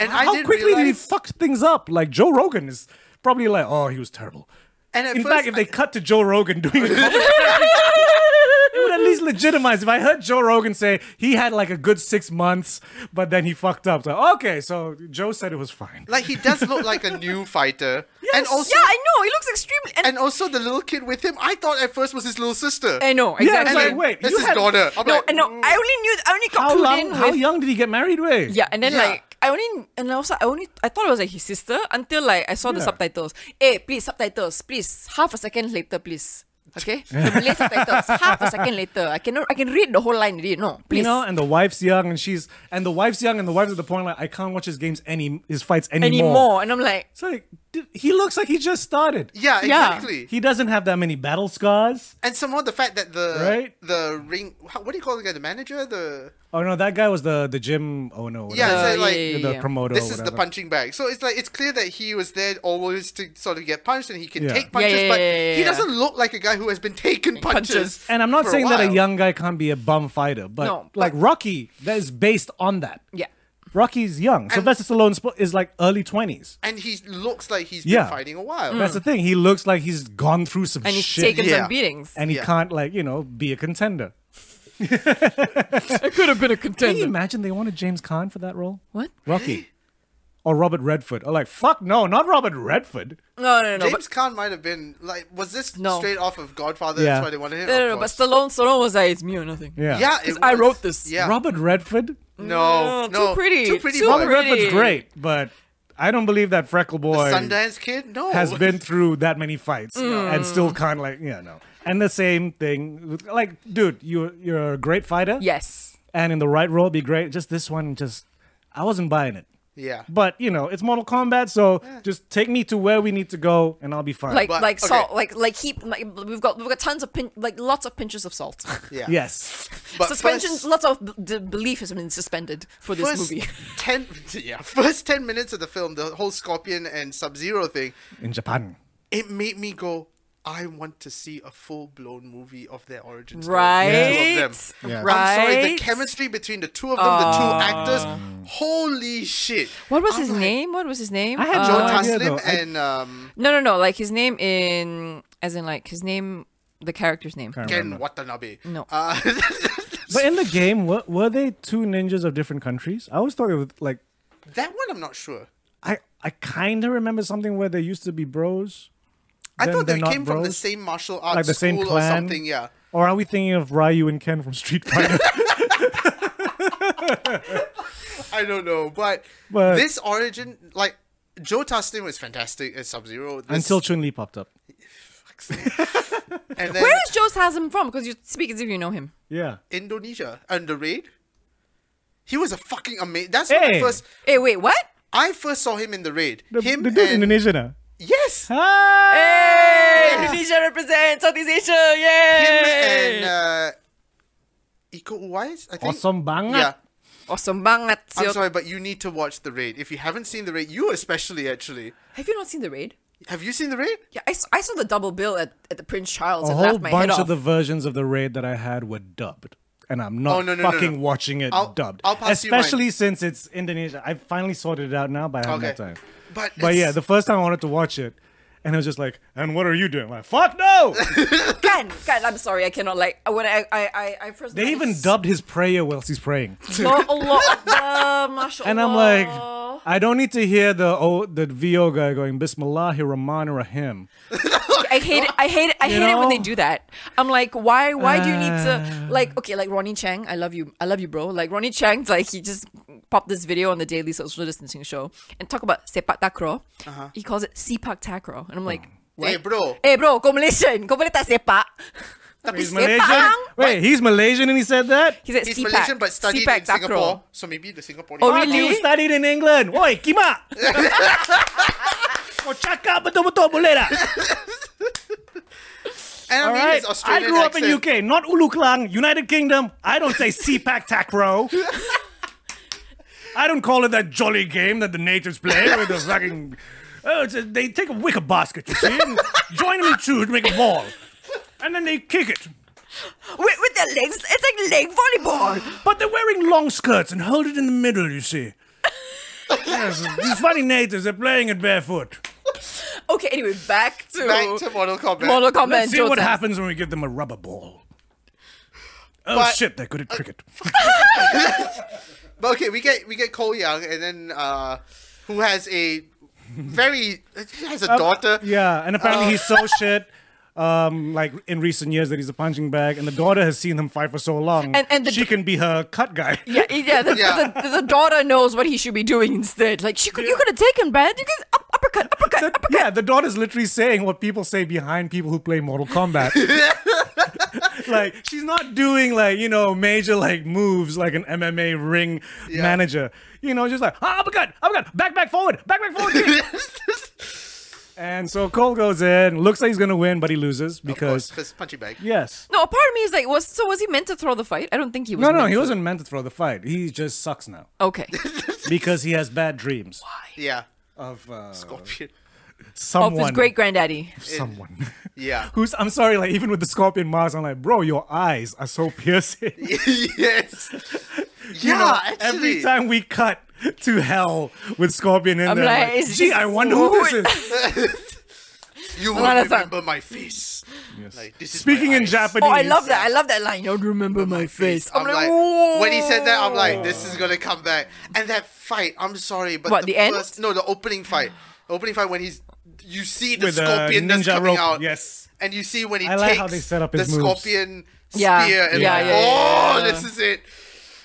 B: and I
C: how
B: didn't
C: quickly did he
B: realize,
C: fuck things up? Like Joe Rogan is probably like, oh, he was terrible.
B: And at
C: in
B: first
C: fact, if
B: I-
C: they cut to Joe Rogan doing a commentary, it would at least legitimize. If I heard Joe Rogan say he had like a good six months, but then he fucked up. So okay, so Joe said it was fine.
B: like, he does look like a new fighter. and
A: Yes,
B: also,
A: yeah, I know. He looks extremely. And,
B: and also the little kid with him, I thought at first was his little sister.
A: I know
C: Yeah,
A: exactly.
C: like, wait,
B: That's
C: you
B: his
C: had-
B: daughter. I'm
A: Eh, no,
B: like,
A: I know. I only knew. I only got
C: How
A: clued
C: long?
A: in
C: How
A: with-
C: young did he get married? Way.
A: Yeah, and then
B: Yeah.
A: like I only and also I only I thought it was like his sister until like I saw the
C: Yeah.
A: subtitles. Hey, please subtitles, please. Half a second later, please. Okay, the Malay subtitles. Half a second later, I cannot. I can read the whole line. Already. No, please.
C: You know, and the wife's young, and she's and the wife's young, and the wife's at the point like I can't watch his games any his fights anymore.
A: anymore, and I'm like,
C: It's like dude, he looks like he just started.
B: yeah,
A: Yeah.
B: exactly.
C: He doesn't have that many battle scars.
B: and somehow the fact that the
C: Right?
B: the ring, how, what do you call the guy? The manager? The
C: Oh no, that guy was the the gym owner. whatever.
B: Yeah, it's
A: Uh,
B: like,
A: yeah,
B: like
A: yeah,
C: the
A: yeah.
C: promoter.
B: this is
C: or
B: the
C: whatever.
B: punching bag. So it's like it's clear that he was there always to sort of get punched, and he can
C: Yeah.
B: take punches,
A: yeah,
B: but
A: yeah, yeah,
B: he
A: yeah.
B: doesn't look like a guy who has been taking punches.
A: Punches.
C: And I'm not
B: for
C: saying that a
B: while.
C: young guy can't be a bum fighter, but
A: No,
C: like Rocky, that is based on that.
A: yeah,
C: Rocky's young. Sylvester Stallone sp- is like early twenties.
B: and he looks like he's
C: Yeah.
B: been fighting a while.
A: Mm.
C: That's the thing. He looks like he's gone through some
A: and he's
C: shit,
A: taken
B: Yeah.
A: some beatings.
C: and he
B: Yeah.
C: can't like you know be a contender.
A: I could have been a
C: Can you
A: contender.
C: imagine they wanted James Caan for that role?
A: What?
C: Rocky. Or Robert Redford. Or like, fuck no, not Robert Redford.
A: No, no, no. no,
B: James Caan might have been like, was this
A: No.
B: straight off of Godfather?
C: Yeah.
B: That's why they wanted him.
A: but, no, no,
B: Of
A: no, but
B: course.
A: Stallone, Stallone was like, it's me or nothing.
C: Yeah.
B: yeah,
A: 'Cause
B: it
A: I
B: was.
A: wrote this. Mm,
B: Yeah,
C: Robert Redford?
B: no,
A: too
B: no,
A: pretty,
B: too pretty.
A: too
B: boy.
C: Robert
A: Pretty.
C: Redford's great, but I don't believe that Freckle Boy
B: Sundance Kid, no,
C: has been through that many fights and still
A: Mm.
C: kind of like, yeah, no. And the same thing, with- like, dude, you you're a great fighter.
A: Yes.
C: And in the right role, be great. Just this one, just I wasn't buying it.
B: Yeah,
C: But you know, it's Mortal Kombat, so just take me to where we need to go, and I'll be fine.
A: Like
B: But-
A: like
B: okay.
A: salt like like heap like, we've got we've got tons of pin, like lots of pinches of salt.
B: yeah,
C: yes,
B: But
A: Suspension
B: first-
A: lots of b- d- belief has been suspended for this
B: first
A: movie.
B: ten, yeah, first ten minutes of the film, the whole Scorpion and Sub Zero thing,
C: in Japan.
B: it made me go. I want to see a full blown movie of their origin story.
A: Right.
B: The two of them.
A: Yeah.
B: I'm sorry, the
A: Right.
B: chemistry between the two of them, the two actors, holy shit.
A: What was
B: I'm
A: his
B: like,
A: name? What was his name? Uh,
C: I had
B: Joe
C: no idea,
B: Taslim
C: though. I-
B: and um,
A: no, no, no. Like his name in, as in like his name, the character's name.
C: Can't
B: Ken Watanabe.
A: No.
B: Uh,
C: But in the game, were, were they two ninjas of different countries? I always thought it was like
B: that one I'm not sure.
C: I I kind of remember something where they used to be bros.
B: I
C: Then
B: thought they
C: they're not
B: came from the
C: bros?
B: same martial arts
C: like the
B: school
C: same
B: or
C: clan,
B: something, yeah.
C: Or are we thinking of Ryu and Ken from Street Fighter?
B: I don't know, but,
C: But-
B: this origin, like Joe Taslim was fantastic as Sub Zero
C: Until Chun Li popped up.
B: and then
A: Where is Joe Hasm from? Because you speak as if you know him.
C: Yeah.
B: Indonesia and the raid. He was a fucking amazing. That's when I
C: Hey.
B: first
A: Hey, wait, what?
B: I first saw him in the raid.
C: The,
B: him
C: the dude
B: and
C: Indonesian. huh?
B: yes, him
A: Hey, Indonesia represents Southeast Asia. Yay!
B: and uh, Iko Uwais. I think.
C: Awesome banget.
B: Yeah,
A: awesome banget.
B: uh, I'm
A: Sio.
B: sorry, but you need to watch the raid. If you haven't seen the raid, you especially actually.
A: Have you not seen the raid?
B: Have you seen the raid?
A: Yeah, I, s- I saw the double bill at, at the Prince Charles
C: A
A: and
C: whole
A: laughed my head
C: bunch
A: off.
C: of the versions of the raid that I had were dubbed. And I'm not
B: Oh, no, no, no,
C: fucking
B: no.
C: watching it
B: I'll-
C: dubbed.
B: I'll pass you mine.
C: Especially since it's Indonesia. I finally sorted it out now, but I haven't had
B: Okay.
C: time.
B: But
C: But yeah,
B: it's-
C: the first time I wanted to watch it, and it was just like, and what are you doing? I'm like, fuck no!
A: Can, can, I'm sorry, I cannot like when I I I, I first.
C: they even dubbed his prayer whilst he's praying.
A: No, Allah, Akbar, mashallah.
C: And I'm like, I don't need to hear the oh, the VO guy going Bismillahir Rahmanir Rahim.
A: I hate it. I hate it. I
C: You
A: hate it when they do
C: know?
A: that. I'm like, why? Why do you need
B: Uh.
A: to like? Okay, like Ronnie Chang. I love you. I love you, bro. Like Ronnie Chang's like he just popped this video on the Daily Social Distancing Show and talk about sepak takraw. He calls it sepak takraw, and I'm like, what?
B: Hey, Uh-huh. bro.
A: Hey, bro, go Malaysian. Go boleh tak sepak. Tapi
C: He's Malaysian.
A: sepang.
C: Wait, he's Malaysian and he said that.
A: He said
B: He's
A: sepak.
B: Malaysian but studied
A: sepak
B: in
A: takraw.
B: Singapore, so maybe the Singaporean.
A: Oh,
C: Fuck
A: really?
C: You studied in England. Oi, kima. Kau cakap betul-betul boleh tak?
B: And I
C: All
B: mean,
C: right.
B: his
C: I
B: Australian
C: grew up in
B: accent.
C: UK, not Ulu Klang, United Kingdom. I don't say CPAC Takro. I don't call it that jolly game that the natives play with the fucking. Oh, it's a, they take a wicker basket, you see, and join them in two to make a ball, and then they kick it.
A: With, with their legs, it's like leg volleyball.
C: But they're wearing long skirts and hold it in the middle, you see. yes, these funny natives, they're playing it barefoot.
A: Okay, anyway, back to
B: Back to Mortal Kombat.
A: Mortal Kombat.
C: Let's see what
A: Jotun.
C: happens when we give them a rubber ball. Oh
B: But-
C: shit, they're good at cricket.
B: But okay, we get we get Cole Young, and then uh, who has a very he has a daughter.
C: Yeah, and apparently he's so shit. Um, like in recent years, that he's a punching bag, and the daughter has seen him fight for so long,
A: And- and the
C: she
A: d-
C: can be her cut guy.
A: Yeah, yeah. The,
B: Yeah.
A: The, the, the daughter knows what he should be doing instead. Like she could, you could have taken, man. You could up, uppercut, uppercut, uppercut.
C: Yeah, the daughter's literally saying what people say behind people who play Mortal Kombat. like she's not doing like you know major like moves like an MMA ring
B: Yeah.
C: manager. You know, just like ah, uppercut, uppercut, back, back, forward, back, back, forward. kick." and so Cole goes in, looks like he's gonna win, but he loses because
B: because punching bag.
C: yes,
A: No, a part of me is like, was so was he meant to throw the fight? I don't think he was.
C: no, no,
A: meant
C: he
A: to.
C: wasn't meant to throw the fight. He just sucks now
A: Okay.
C: because he has bad dreams
B: Yeah,
C: of uh,
B: scorpion.
A: of
C: someone,
A: his great granddaddy.
C: someone.
B: Yeah.
C: Who's I'm sorry, like even with the scorpion mask, I'm like, bro, your eyes are so piercing.
B: yes.
C: You
B: Yeah,
C: know,
B: actually.
C: every time we cut to hell with scorpion in
A: I'm
C: there,
A: like,
C: like,
A: it's-
C: gee,
A: it's
C: I wonder who this is.
B: you will
A: Another song.
B: remember my face. Like, this is my
C: Speaking in
B: eyes.
C: Japanese.
A: Oh, I love that. I love that line. Don't remember my face.
B: I'm like,
A: "Whoa."
B: when he said that, I'm like, this is gonna come back. And that fight, I'm sorry, but
A: What, the end?
B: first, no, the opening fight, the opening fight when he's, you see the
C: With a
B: scorpion that's
C: ninja
B: coming
C: rope,
B: out,
C: yes.
B: and you see when he
C: I
B: takes
C: like how they set up his
B: the
C: moves.
B: scorpion
A: Yeah,
B: spear, and
A: yeah,
B: like,
A: yeah, yeah,
B: oh,
A: yeah.
B: this is it.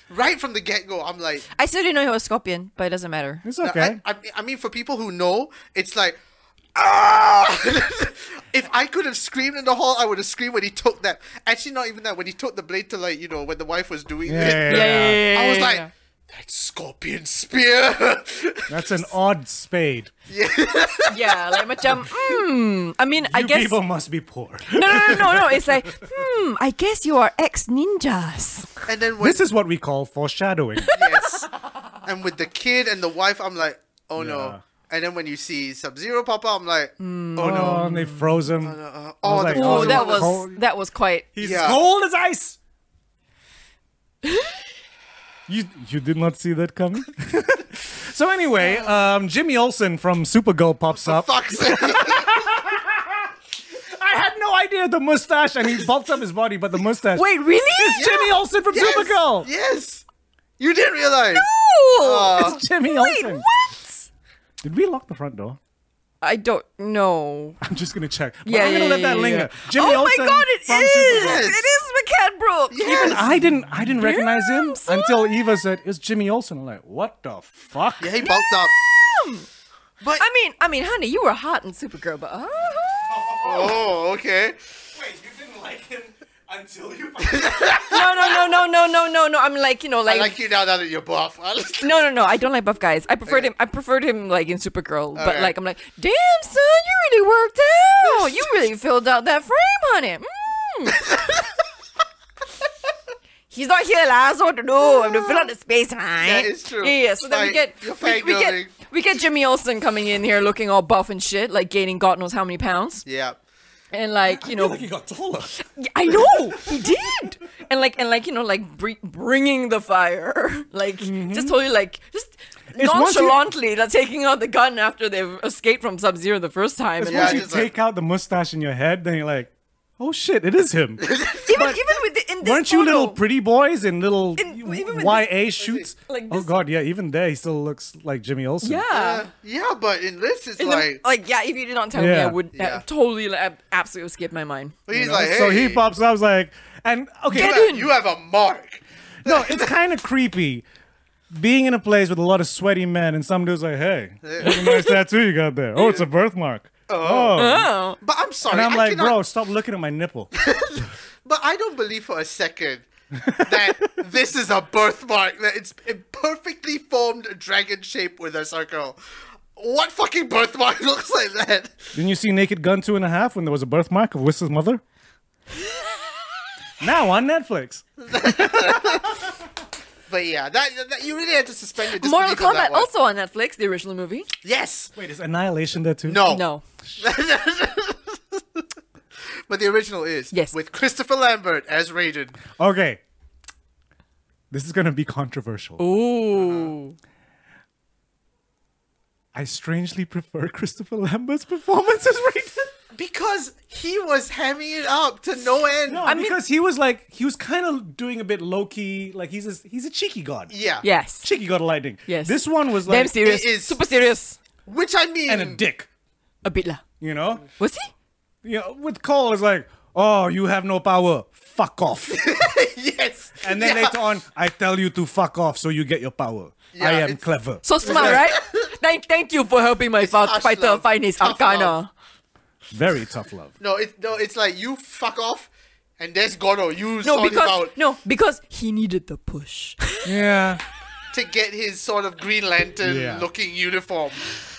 B: Right from the get go, I'm like,
A: I still didn't know he was scorpion, but it doesn't matter.
C: It's
B: I-
C: okay.
B: I, I mean, for people who know, it's like. Ah! if I could have screamed in the hall, I would have screamed when he took that. Actually, not even that. When he took the blade to like you know when the wife was doing
C: Yeah,
B: it,
C: yeah,
A: Yeah, yeah, yeah, yeah,
B: I was
A: yeah,
B: like,
A: yeah.
B: that scorpion spear.
C: That's an odd spade.
A: yeah, like macam, hmm. I mean, I
C: you
A: guess.
C: people must be poor.
A: No, no, no, no, no. It's like, hmm. I guess you are ex ninjas.
B: and then when
C: this is what we call foreshadowing.
B: yes, and with the kid and the wife, I'm like, oh
C: Yeah.
B: no. And then when you see Sub Zero Papa, I'm like,
C: oh no, and they froze him.
B: oh,
C: was
B: the
C: like,
B: frozen
A: Oh,
C: Also
A: that
B: one
A: was
B: was-
C: cold.
A: that was quite.
C: He's
B: Yeah.
C: cold as ice. you you did not see that coming. so anyway, um, Jimmy Olsen from Supergirl pops up.
B: fuck's sake.
C: I had no idea the mustache, and he bulks up his body, but the mustache.
A: Wait, really?
C: it's Jimmy Olsen from
B: yes,
C: Supergirl.
B: Yes, you didn't realize. Uh,
A: Oh.
C: It's Jimmy
A: Wait,
C: Olsen.
A: what?
C: Did we lock the front door?
A: I don't know.
C: I'm just gonna check. But
A: Yeah,
C: I'm gonna
A: yeah,
C: let
A: yeah,
C: that
A: yeah,
C: linger.
A: yeah.
C: Jimmy
A: oh
C: Olsen
A: my god, it
C: from
A: is!
C: Supergirl.
A: It is McCann Brooks.
C: And I didn't, I didn't recognize him
A: Yes,
C: until Eva said, "It's Jimmy Olsen." I'm like, "What the fuck?"
B: Yeah, he bulked up.
A: Damn.
B: But
A: I mean, I mean, honey, you were hot in Supergirl, but uh-huh.
B: oh, okay.
C: Wait, you didn't like him until you.
A: no, no, no, no, no, no, no, no. I'm like, you know,
B: I
A: like,
B: like you now that you're buff. Honestly.
A: no, no, no. I don't like buff guys. I preferred him. I preferred him like in Supergirl, but
B: Okay.
A: like, I'm like, damn, son, you really worked out. You really filled out that frame, honey. Mm. He's not here, last what to do. I'm to fill out the space, right?
B: That is true.
A: Yeah, yeah. So then we
B: Like,
A: get
B: you're
A: we, we get
B: fangirling.
A: we get Jimmy Olsen coming in here looking all buff and shit, like gaining God knows how many pounds,
B: Yeah.
A: and like you know,
C: he got taller.
A: Yeah, I know he did, and like and like you know like br- bringing the fire, like just totally like just
C: Mm-hmm. once you-
A: nonchalantly like, taking out the gun after they've escaped from Sub Zero the first time. And
B: Yeah,
C: Once
A: like,
C: you
B: just like-
C: take out the mustache in your head, then you're like, oh shit, it is him.
A: Even even with the, in this
C: Weren't you little
A: photo-
C: pretty boys in little
A: In- even with
C: YA
A: this-
C: shoots?
A: like
C: oh
A: this-
C: god, yeah. Even there, he still looks like Jimmy Olsen.
A: Yeah.
B: Uh, yeah, but in this, it's
A: In the-
B: like.
A: like, yeah, if you did not tell me,
C: Yeah.
A: I would I
B: Yeah.
A: totally like, I absolutely would skip my mind.
B: He's
C: you know?
B: like, hey,
C: So he pops up, like, and okay,
A: Get
B: you
C: but-
B: have-
A: in.
B: You have a mark.
C: no, it's kind of creepy. Being in a place with a lot of sweaty men, and some dude's like, "Hey, that's a nice tattoo you got there. Oh, it's a birthmark. Oh,
A: Oh,
B: But I'm sorry.
C: and I'm
B: I
C: like,
B: cannot-
C: bro, stop looking at my nipple.
B: But I don't believe for a second that this is a birthmark. That it's a perfectly formed dragon shape with a circle. What fucking birthmark looks like that?
C: Didn't you see Naked Gun two and a half when there was a birthmark of Whistle's mother? now on Netflix.
B: But yeah, that, that you really had to suspend your disbelief.
A: Mortal
B: on that
A: Kombat
B: one.
A: also on Netflix, the original movie.
B: Yes.
C: Wait, is Annihilation there too?
B: No.
A: No,
B: But the original is
A: Yes.
B: with Christopher Lambert as Raiden.
C: Okay. This is gonna be controversial.
B: Uh-huh.
A: ooh,
C: I strangely prefer Christopher Lambert's performance as Raiden.
B: Because he was hamming it up to no end.
C: No,
A: I mean-
C: because he was like he was kind of doing a bit low key, like he's a, he's a cheeky god.
B: Yeah.
A: yes,
C: Cheeky god of lightning.
A: Yes.
C: This one was
A: damn
C: like
A: serious,
B: Ah. it is-
A: super serious,
B: Which I mean
C: and a dick,
A: a bit lah.
C: you know?
A: Was he?
C: You know, with Cole is like, "Oh, you have no power. Fuck off."
B: yes.
C: and then later on, I tell you to fuck off so you get your power.
B: Yeah,
C: I am
B: it's-
C: clever.
A: So smart, right? thank thank you for helping my fa-
B: tough
A: fighter
B: love.
A: find his
B: Tough love.
A: arcana.
C: Very tough love.
B: No, it no, it's like you fuck off and there's Gono. You
A: No,
B: sort him
A: because
B: out
A: no, because he needed the push.
C: Yeah.
B: to get his sort of Green Lantern
C: Yeah.
B: looking uniform.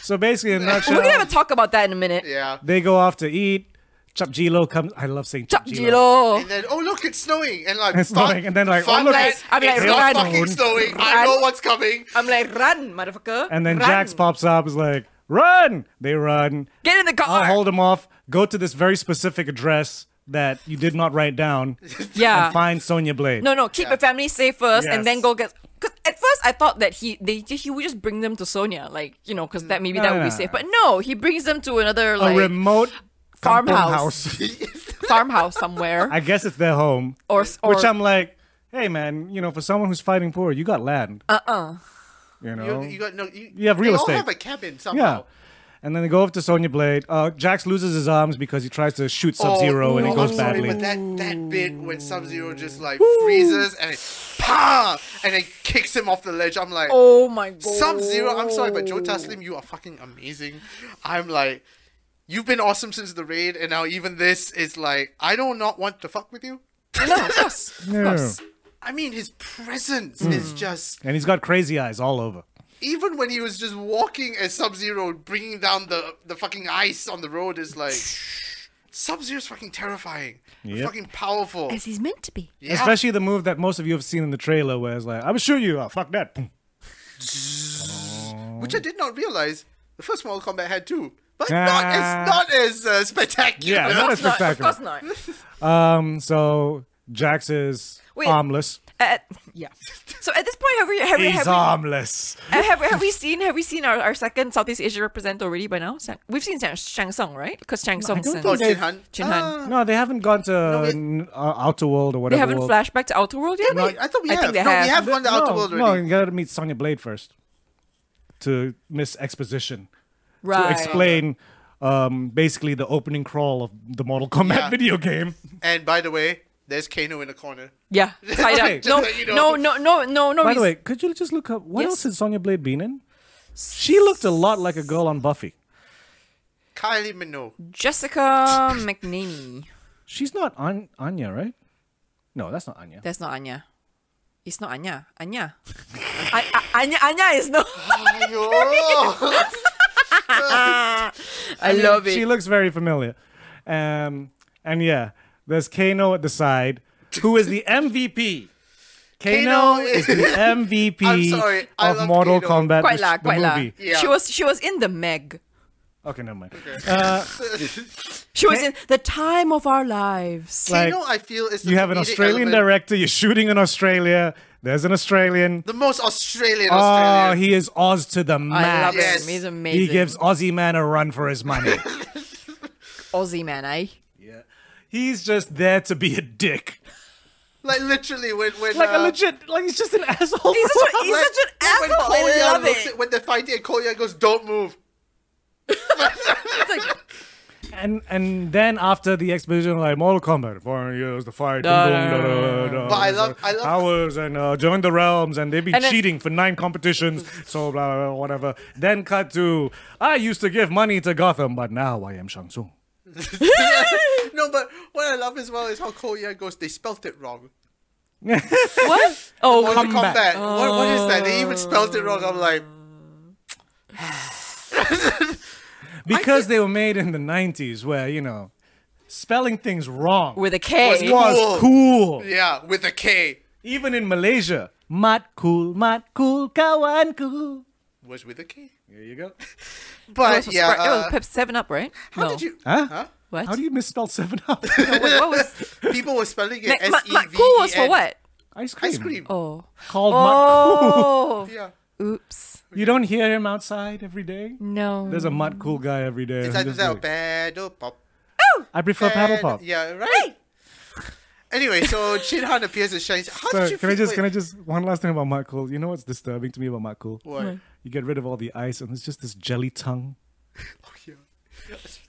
C: So basically, in a
A: We're gonna have
C: nutshell,
A: a talk about that in a minute.
B: Yeah.
C: they go off to eat. Chop Gilo comes. I love saying Chop
A: Chop
C: Gilo.
A: Gilo.
B: And then oh look it's snowing and like
C: It's
B: fuck-
C: snowing, and then, like, oh,
B: fuck
C: look,
B: that,
C: it's-
A: I'm like,
B: it's not
A: run.
B: fucking snowing. I
A: Run.
B: know what's coming.
A: I'm like, run, motherfucker.
C: And then
A: run.
C: Jax pops up. Is like, run. They run.
A: Get in the car.
C: I'll hold them off. Go to this very specific address that you did not write down.
A: yeah.
C: And find Sonya Blade.
A: No, no, keep your family safe first, and then
C: Yes.
A: go get. Because at first I thought that he they he would just bring them to Sonia, like you know, because that maybe that would
C: Nah.
A: be safe. But no, he brings them to another
C: a
A: like
C: remote
A: farmhouse.
C: kampong house.
A: farmhouse somewhere.
C: I guess it's their home.
A: Or-
C: which
A: or-
C: I'm like, hey man, you know, for someone who's fighting poor, you got land. Uh uh
A: Uh-uh.
C: You know.
B: You, you got no you,
C: You have real
B: they
C: estate.
B: all have a cabin
C: yeah.
B: somehow.
C: And then they go over to Sonya Blade. Uh, Jax loses his arms because he tries to shoot
A: Oh,
C: Sub Zero and
B: Oh, no,
C: it goes
B: I'm sorry,
C: badly.
B: But that, that bit when Sub Zero just like freezes and it pa and it kicks him off the ledge. I'm like
A: oh my god.
B: Sub Zero, I'm sorry, but Joe Taslim, you are fucking amazing. I'm like, you've been awesome since the raid, and now even this is like, I do not want to fuck with you.
A: No, of course, of
C: Yeah.
A: course.
B: I mean, his presence
C: Hmm.
B: is just.
C: And he's got crazy eyes all over.
B: Even when he was just walking as Sub Zero, bringing down the the fucking ice on the road is like. Sub Zero's fucking terrifying.
C: Yep.
B: Fucking powerful.
A: As he's meant to be.
B: Yeah.
C: Especially the move that most of you have seen in the trailer where it's like, I'm sure you are, fuck that.
B: Which I did not realize the first Mortal Kombat had two. But not
C: Ah.
B: as, not as uh, spectacular.
C: Yeah, not as
A: Of course not,
C: spectacular.
A: Of course not.
C: Um, so Jax is
A: Wait.
C: armless.
A: At- yeah. Uh, So at this point, have we have we
C: He's
A: have we,
C: armless.
A: Uh, have, have we seen have we seen our, our second Southeast Asia represent already by now? Sang- We've seen Shang, Shang Tsung, right? Because Shang Tsung
C: don't
B: Oh,
C: think
A: sent-
C: they-
B: Chin Han.
A: Chin Han.
C: No, they haven't gone to
B: we-
C: n- uh, Outer World or
A: Uh.
C: whatever.
A: They haven't
C: world.
A: flashed back to Outer World yet.
B: No, I thought we
A: I
B: have.
A: think they
B: no,
A: have.
B: we have gone to Outer
C: no,
B: World
C: no,
B: already.
C: you gotta meet Sonya Blade first to miss exposition
A: right.
C: to explain um, basically the opening crawl of the Mortal Kombat
B: Yeah.
C: video game.
B: And by the way, there's Kano in the corner.
A: Yeah. Side
B: Okay.
A: up. No,
B: Just so you know.
A: no, no, no, no, no.
C: By the
A: he's-
C: way, could you just look up what
A: Yes.
C: else has Sonya Blade been in? She looked a lot like a girl on Buffy.
B: Kylie Minogue.
A: Jessica McNamee.
C: She's not An- Anya, right? No, that's not Anya.
A: That's not Anya. It's not Anya. Anya. I, I, Anya. Anya is no.
B: Ayo.
A: I love
C: She
A: it.
C: looks very familiar. Um, and yeah, there's Kano at the side, who is the MVP. Kano
B: Kano
C: is the
B: is-
C: MVP
B: I'm sorry, I
C: of
B: love
C: Mortal
B: Kano.
C: Kombat.
A: Quite
C: the-
A: la,
C: the
A: quite la.
C: movie.
B: Yeah.
A: She was she was in the Meg.
C: Okay, never mind.
A: She was in the time of our lives.
B: Kano,
C: Like,
B: I feel is the
C: You have an
B: comedic
C: Australian
B: element.
C: director. You're shooting in Australia. There's an Australian.
B: The most Australian
C: Oh,
B: Australian.
C: he is Oz to the
A: I
C: max.
A: love
B: Yes.
A: him. He's amazing.
C: He gives Aussie man a run for his money.
A: Aussie man, eh?
C: yeah. He's just there to be a dick.
B: Like literally, when when
C: Like
B: uh,
C: a legit, like he's just an asshole.
A: He's such, a, he's
B: when-
A: such an
B: when
A: asshole. I
B: Koya
A: love
B: looks
A: it.
B: at- when they're fighting, and Koya goes, "Don't move."
A: It's like,
C: and and then after the expedition, like Mortal Kombat, foreign years, the fight.
A: Da,
C: dum, dum,
A: da,
C: da,
A: da,
C: da, da,
B: But I love- I love-
C: hours and uh, join the realms, and they be
A: And then-
C: cheating for nine competitions. So blah, blah blah whatever. Then cut to I used to give money to Gotham, but now I am Shang Tsung.
B: No, but what I love as well is how Koya goes, "They spelt it wrong."
A: what? Oh,
B: Mortal
A: come back.
B: Kombat. What, what is that? They even spelled it wrong. I'm like,
C: Oh. because they were made in the '90s, where you know spelling things wrong
A: With a K.
C: was cool.
B: yeah, with a K
C: Even in Malaysia, mat cool, mat cool, kawan cool.
B: was with a K.
C: There you go.
A: It
B: But
A: was, yeah,
B: yeah,
A: it was
B: uh,
A: oh, Pep 7 Up, right?
B: how
A: no.
B: did you?
C: Huh?
B: Huh?
A: What?
C: How do you misspell Seven Up?
A: Wait, what was.
B: People were spelling
A: Ma-
B: it S
A: ma-
B: E
A: ma-
B: V.
A: cool was for what?
C: Ice cream.
B: Ice cream.
A: Oh.
C: Called Mud Cool.
A: Oh.
B: Yeah.
A: Oops.
C: You don't hear him outside every day.
A: No.
C: There's a Mud Cool guy every day.
B: Is
C: I'm
B: that,
C: just
B: is that a
C: like,
B: paddle pop?
C: I prefer paddle
B: Paddle-
C: pop.
B: Yeah, right? Anyway, so Shinhan appears as Shiny. How
C: So,
B: did you
C: can I
B: feel-
C: just can I
B: wait,
C: just one last thing about Mud Cool? You know what's disturbing to me about Mud Cool?
B: What?
A: Hmm.
B: What?
C: You get rid of all the ice and it's just this jelly tongue.
B: Yeah.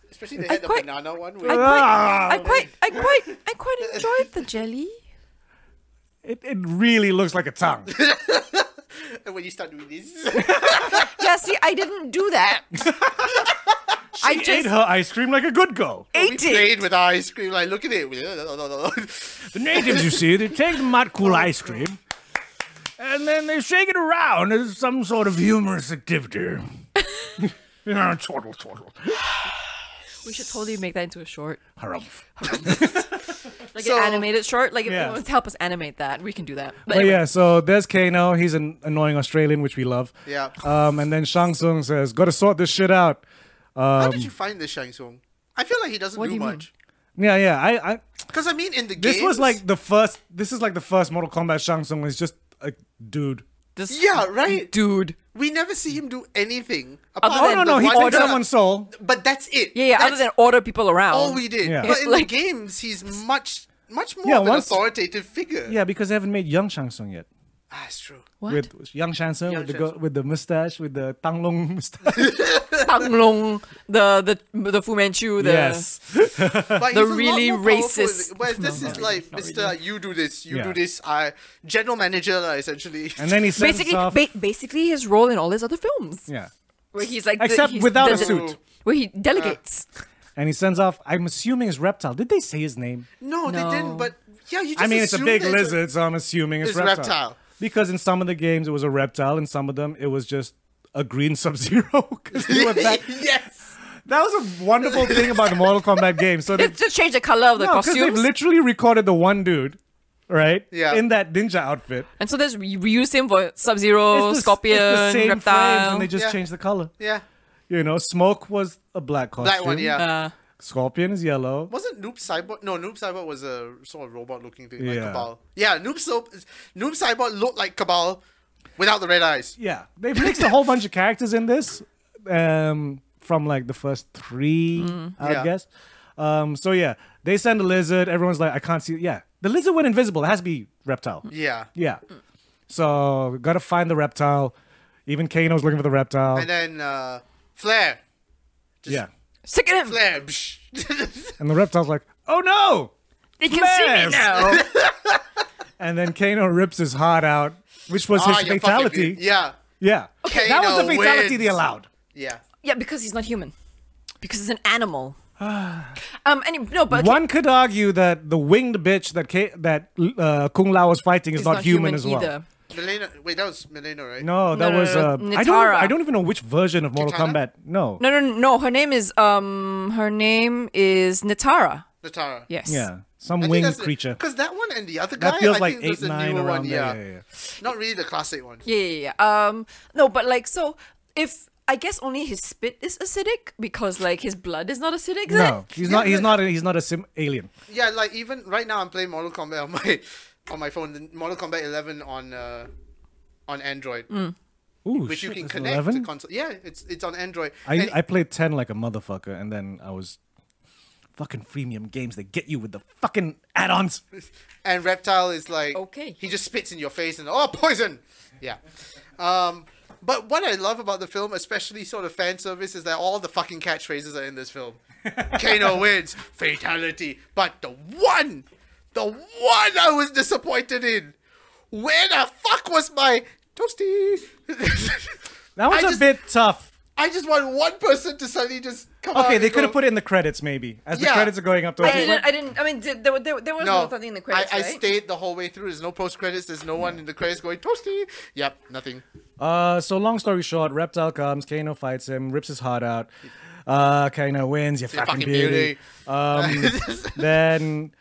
B: Especially they had the
A: quite-
B: banana one.
A: I
B: Where,
C: Ah!
A: quite, I quite, I quite, I quite enjoyed the jelly.
C: It it really looks like a tongue.
B: when you start doing this.
A: Yeah, see, I didn't do that. I
C: She
A: just
C: ate her ice cream like a good girl.
B: we
A: ate it.
B: played with ice cream. Like, look at it. No, no, no, no.
C: The natives, you see, they take the Mud Cool ice cream and then they shake it around as some sort of humorous activity. you know, chortle, chortle.
A: We should totally make that into a short,
C: Harumph.
A: like
B: So-
A: an animated short. Like, if
C: Yeah.
A: anyone wants to help us animate that, we can do that. But
C: But
A: anyway,
C: yeah, so there's Kano. He's an annoying Australian, which we love.
B: Yeah.
C: Um, and then Shang Tsung says, "Gotta sort this shit out."
B: How
C: Um,
B: did you find this Shang Tsung? I feel like he doesn't
A: What
B: do,
A: do you mean?
B: much.
C: Yeah, yeah. I, I
B: Because I mean, in the game,
C: this was like the first. This is like the first Mortal Kombat Shang Tsung is just a dude.
A: this
B: yeah, right.
A: dude.
B: We never see him do anything.
A: Other
B: Apart
A: than
C: Oh no,
B: from
C: no,
B: the
C: he
B: one
C: took
B: shot.
C: someone's soul.
B: But that's it.
A: Yeah, yeah. Other
B: That's
A: than order people around.
B: all we did.
C: Yeah.
B: But in
A: Like-
B: the games, he's much much more
C: Yeah,
B: of an
C: once-
B: authoritative figure.
C: Yeah, because they haven't made young Shang Tsung yet.
B: Ah, that's true.
A: what?
C: With young Shang Tsung,
B: Young
C: with the
B: Shang
C: go-
B: Tsung.
C: with the mustache, with the tanglong mustache.
A: Tanglong, the the the Fu Manchu. The,
C: yes.
B: But
A: The
B: he's a lot
A: really
B: more powerful in-
A: racist-
B: Whereas this
A: No,
B: is
A: not
B: like,
A: really,
B: Mister,
A: not really.
B: you do this, you
C: Yeah.
B: do this. Uh, general manager, lah, essentially.
C: And then he sends
A: Basically,
C: off.
A: ba- basically his role in all his other films,
C: yeah.
A: where he's like,
C: Except
A: he's
C: without
A: the-
C: a suit.
A: where he delegates.
C: And he sends off. I'm assuming it's reptile. Did they say his name?
B: no,
A: No.
B: they didn't. But yeah, you. Just
C: I mean, it's a
B: assume
C: big
B: that
C: lizard, so I'm assuming it's,
B: It's
C: reptile.
B: reptile.
C: Because in some of the games it was a reptile, in some of them it was just a green Sub Zero. that,
B: yes.
C: that was a wonderful thing about the Mortal Kombat game. So they,
A: Just, just change the color of the
C: no, 'cause they've
A: costumes,
C: literally recorded the one dude, right?
B: Yeah.
C: In that ninja outfit.
A: and so there's we reuse him for Sub Zero,
C: It's the-
A: Oh, Scorpion,
C: it's the same frames,
A: Reptile.
C: and they just
B: Yeah.
C: changed the color.
B: Yeah.
C: You know, Smoke was a black costume.
B: That one, yeah.
A: uh,
C: Scorpion is yellow.
B: Wasn't Noob Cyborg? No, Noob Cyborg was a sort of robot-looking thing like
C: Yeah.
B: Cabal. Yeah, Noob so- Noob Cyborg looked like Cabal, without the red eyes.
C: Yeah, they've mixed a whole bunch of characters in this um, from like the first three, I would
B: Mm-hmm. Yeah.
C: guess. Um, so yeah, they send a lizard. Everyone's like, I can't see. Yeah, the lizard went invisible. It has to be reptile.
B: Yeah.
C: Yeah, so gotta find the reptile. Even Kano's looking for the reptile.
B: And then uh, Flare,
C: yeah,
A: Sick of him.
B: Flare. psh.
C: and the reptile's like, Oh no!
A: They can
C: Flares.
A: see me now.
C: And then Kano rips his heart out, which was
B: Ah,
C: his
B: you're fucking
C: fatality.
B: good. Yeah.
C: Yeah, that was the
B: Kano
C: fatality they
B: wins.
C: allowed.
B: Yeah.
A: yeah, because he's not human. Because he's an animal. um. Anyway, no, but okay,
C: One could argue that the winged bitch that K- that uh, Kung Lao was fighting is
A: he's
C: not, human, as well.
A: either.
B: Milena, wait, that was Milena, right?
C: No, that
A: no,
C: was
A: no,
C: uh,
A: no,
C: I don't.
A: Nitara.
C: I don't even know which version of Mortal
B: Kitana?
C: Kombat. No.
A: No, no, no, no. Her name is um. Her name is Natara.
B: Natara.
A: Yes.
C: Yeah, some winged creature.
B: Because that one and the other guy,
C: That feels
B: I
C: like
B: think
C: eight
B: there's a
C: nine
B: newer
C: around
B: one.
C: there.
B: Yeah.
C: Yeah, yeah, yeah.
B: Not really the classic one.
A: Yeah, yeah, yeah. Um, no, but like, so if I guess only his spit is acidic because like his blood is not acidic. is
C: No,
A: it?
C: he's not. He's not. A, he's not a sim alien.
B: Yeah, like even right now, I'm playing Mortal Kombat on my on my phone. the Mortal Kombat 11 on uh, on Android,
C: Ooh,
B: which you
C: Oh, shit,
B: can
C: it's
B: connect
C: 11?
B: to console. Yeah, it's it's on Android.
C: I
B: And-
C: I played ten like a motherfucker, and then I was fucking freemium games that get you with the fucking add-ons.
B: And Reptile is like,
A: Okay.
B: he just spits in your face and oh, poison. Yeah. Um, but what I love about the film, especially sort of fan service, is that all the fucking catchphrases are in this film. Kano wins, fatality. But the one, the one I was disappointed in. Where the fuck was my toasty?
C: That
B: I
C: was a
B: just-
C: bit tough.
B: I just want one person to suddenly just come out.
C: Okay,
B: and
C: they could
B: Oh, go-
C: have put it in the credits maybe. As the
B: Yeah.
C: credits are going up to
A: I
C: us, it's
A: didn't.
C: like,
A: I didn't. I mean, did, there, there, there was
B: No,
A: nothing in the credits,
B: I, I
A: right?
B: stayed the whole way through. There's no post credits. There's no one in the credits going toasty. Yep, nothing.
C: Uh, so long story short, Reptile comes, Kano fights him, rips his heart out. Uh, Kano wins. You fucking,
B: fucking
C: beauty.
B: beauty.
C: Um, then,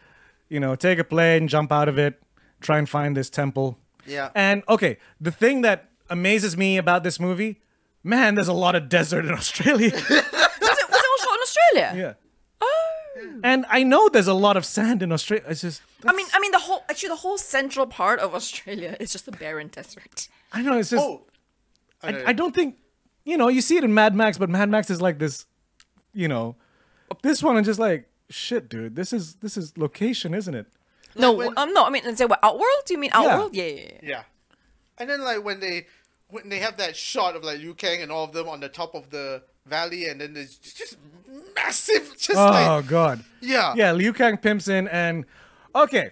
C: you know, take a plane, jump out of it, try and find this temple.
B: Yeah.
C: And okay, the thing that amazes me about this movie, man, there's a lot of desert in Australia.
A: was, it, was it all shot in Australia?
C: yeah. And I know there's a lot of sand in Australia. It's just,
A: I mean, I mean, the whole actually the whole central part of Australia is just a barren desert.
C: I know it's just.
B: Oh,
C: I, I don't think, you know, you see it in Mad Max, but Mad Max is like this, you know, this one is just like shit, dude. This is this is location, isn't it?
A: No,
B: when-
A: um, no. I mean, let's say what Outworld? Do you mean Outworld? Yeah, yeah, yeah. yeah.
B: Yeah. And then like when they when they have that shot of like Liu Kang and all of them on the top of the valley, and then there's just, just massive, just
C: Oh
B: like
C: god.
B: yeah,
C: Yeah, Liu Kang pimps in, and okay,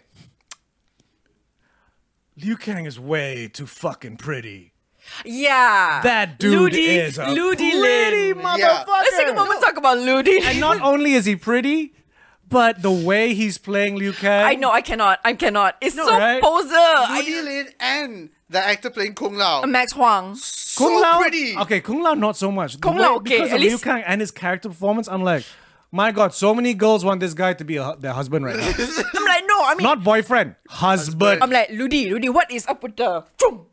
C: Liu Kang is way too fucking pretty.
A: Yeah.
C: That dude
A: Ludi,
C: is a
A: Ludi
C: pretty
A: Lin.
C: motherfucker.
A: Let's take a moment to talk about Ludi.
C: And not only is he pretty, but the way he's playing Liu Kang.
A: I know I cannot. I cannot. It's so
C: right?
A: poser.
B: Woody
A: I,
B: Lin and the actor playing Kung Lao,
A: Max Huang.
B: so
C: Kung Lao,
B: pretty.
C: Okay, Kung Lao not so much. The
A: Kung Lao, okay,
C: Because
A: at
C: of Liu
A: least-
C: Kang and his character performance, I'm like, my God, so many girls want this guy to be a, hu- their husband right now.
A: I'm like, no. I mean,
C: not boyfriend, husband.
A: I'm like, Ludi, Ludi. What is up with the boom?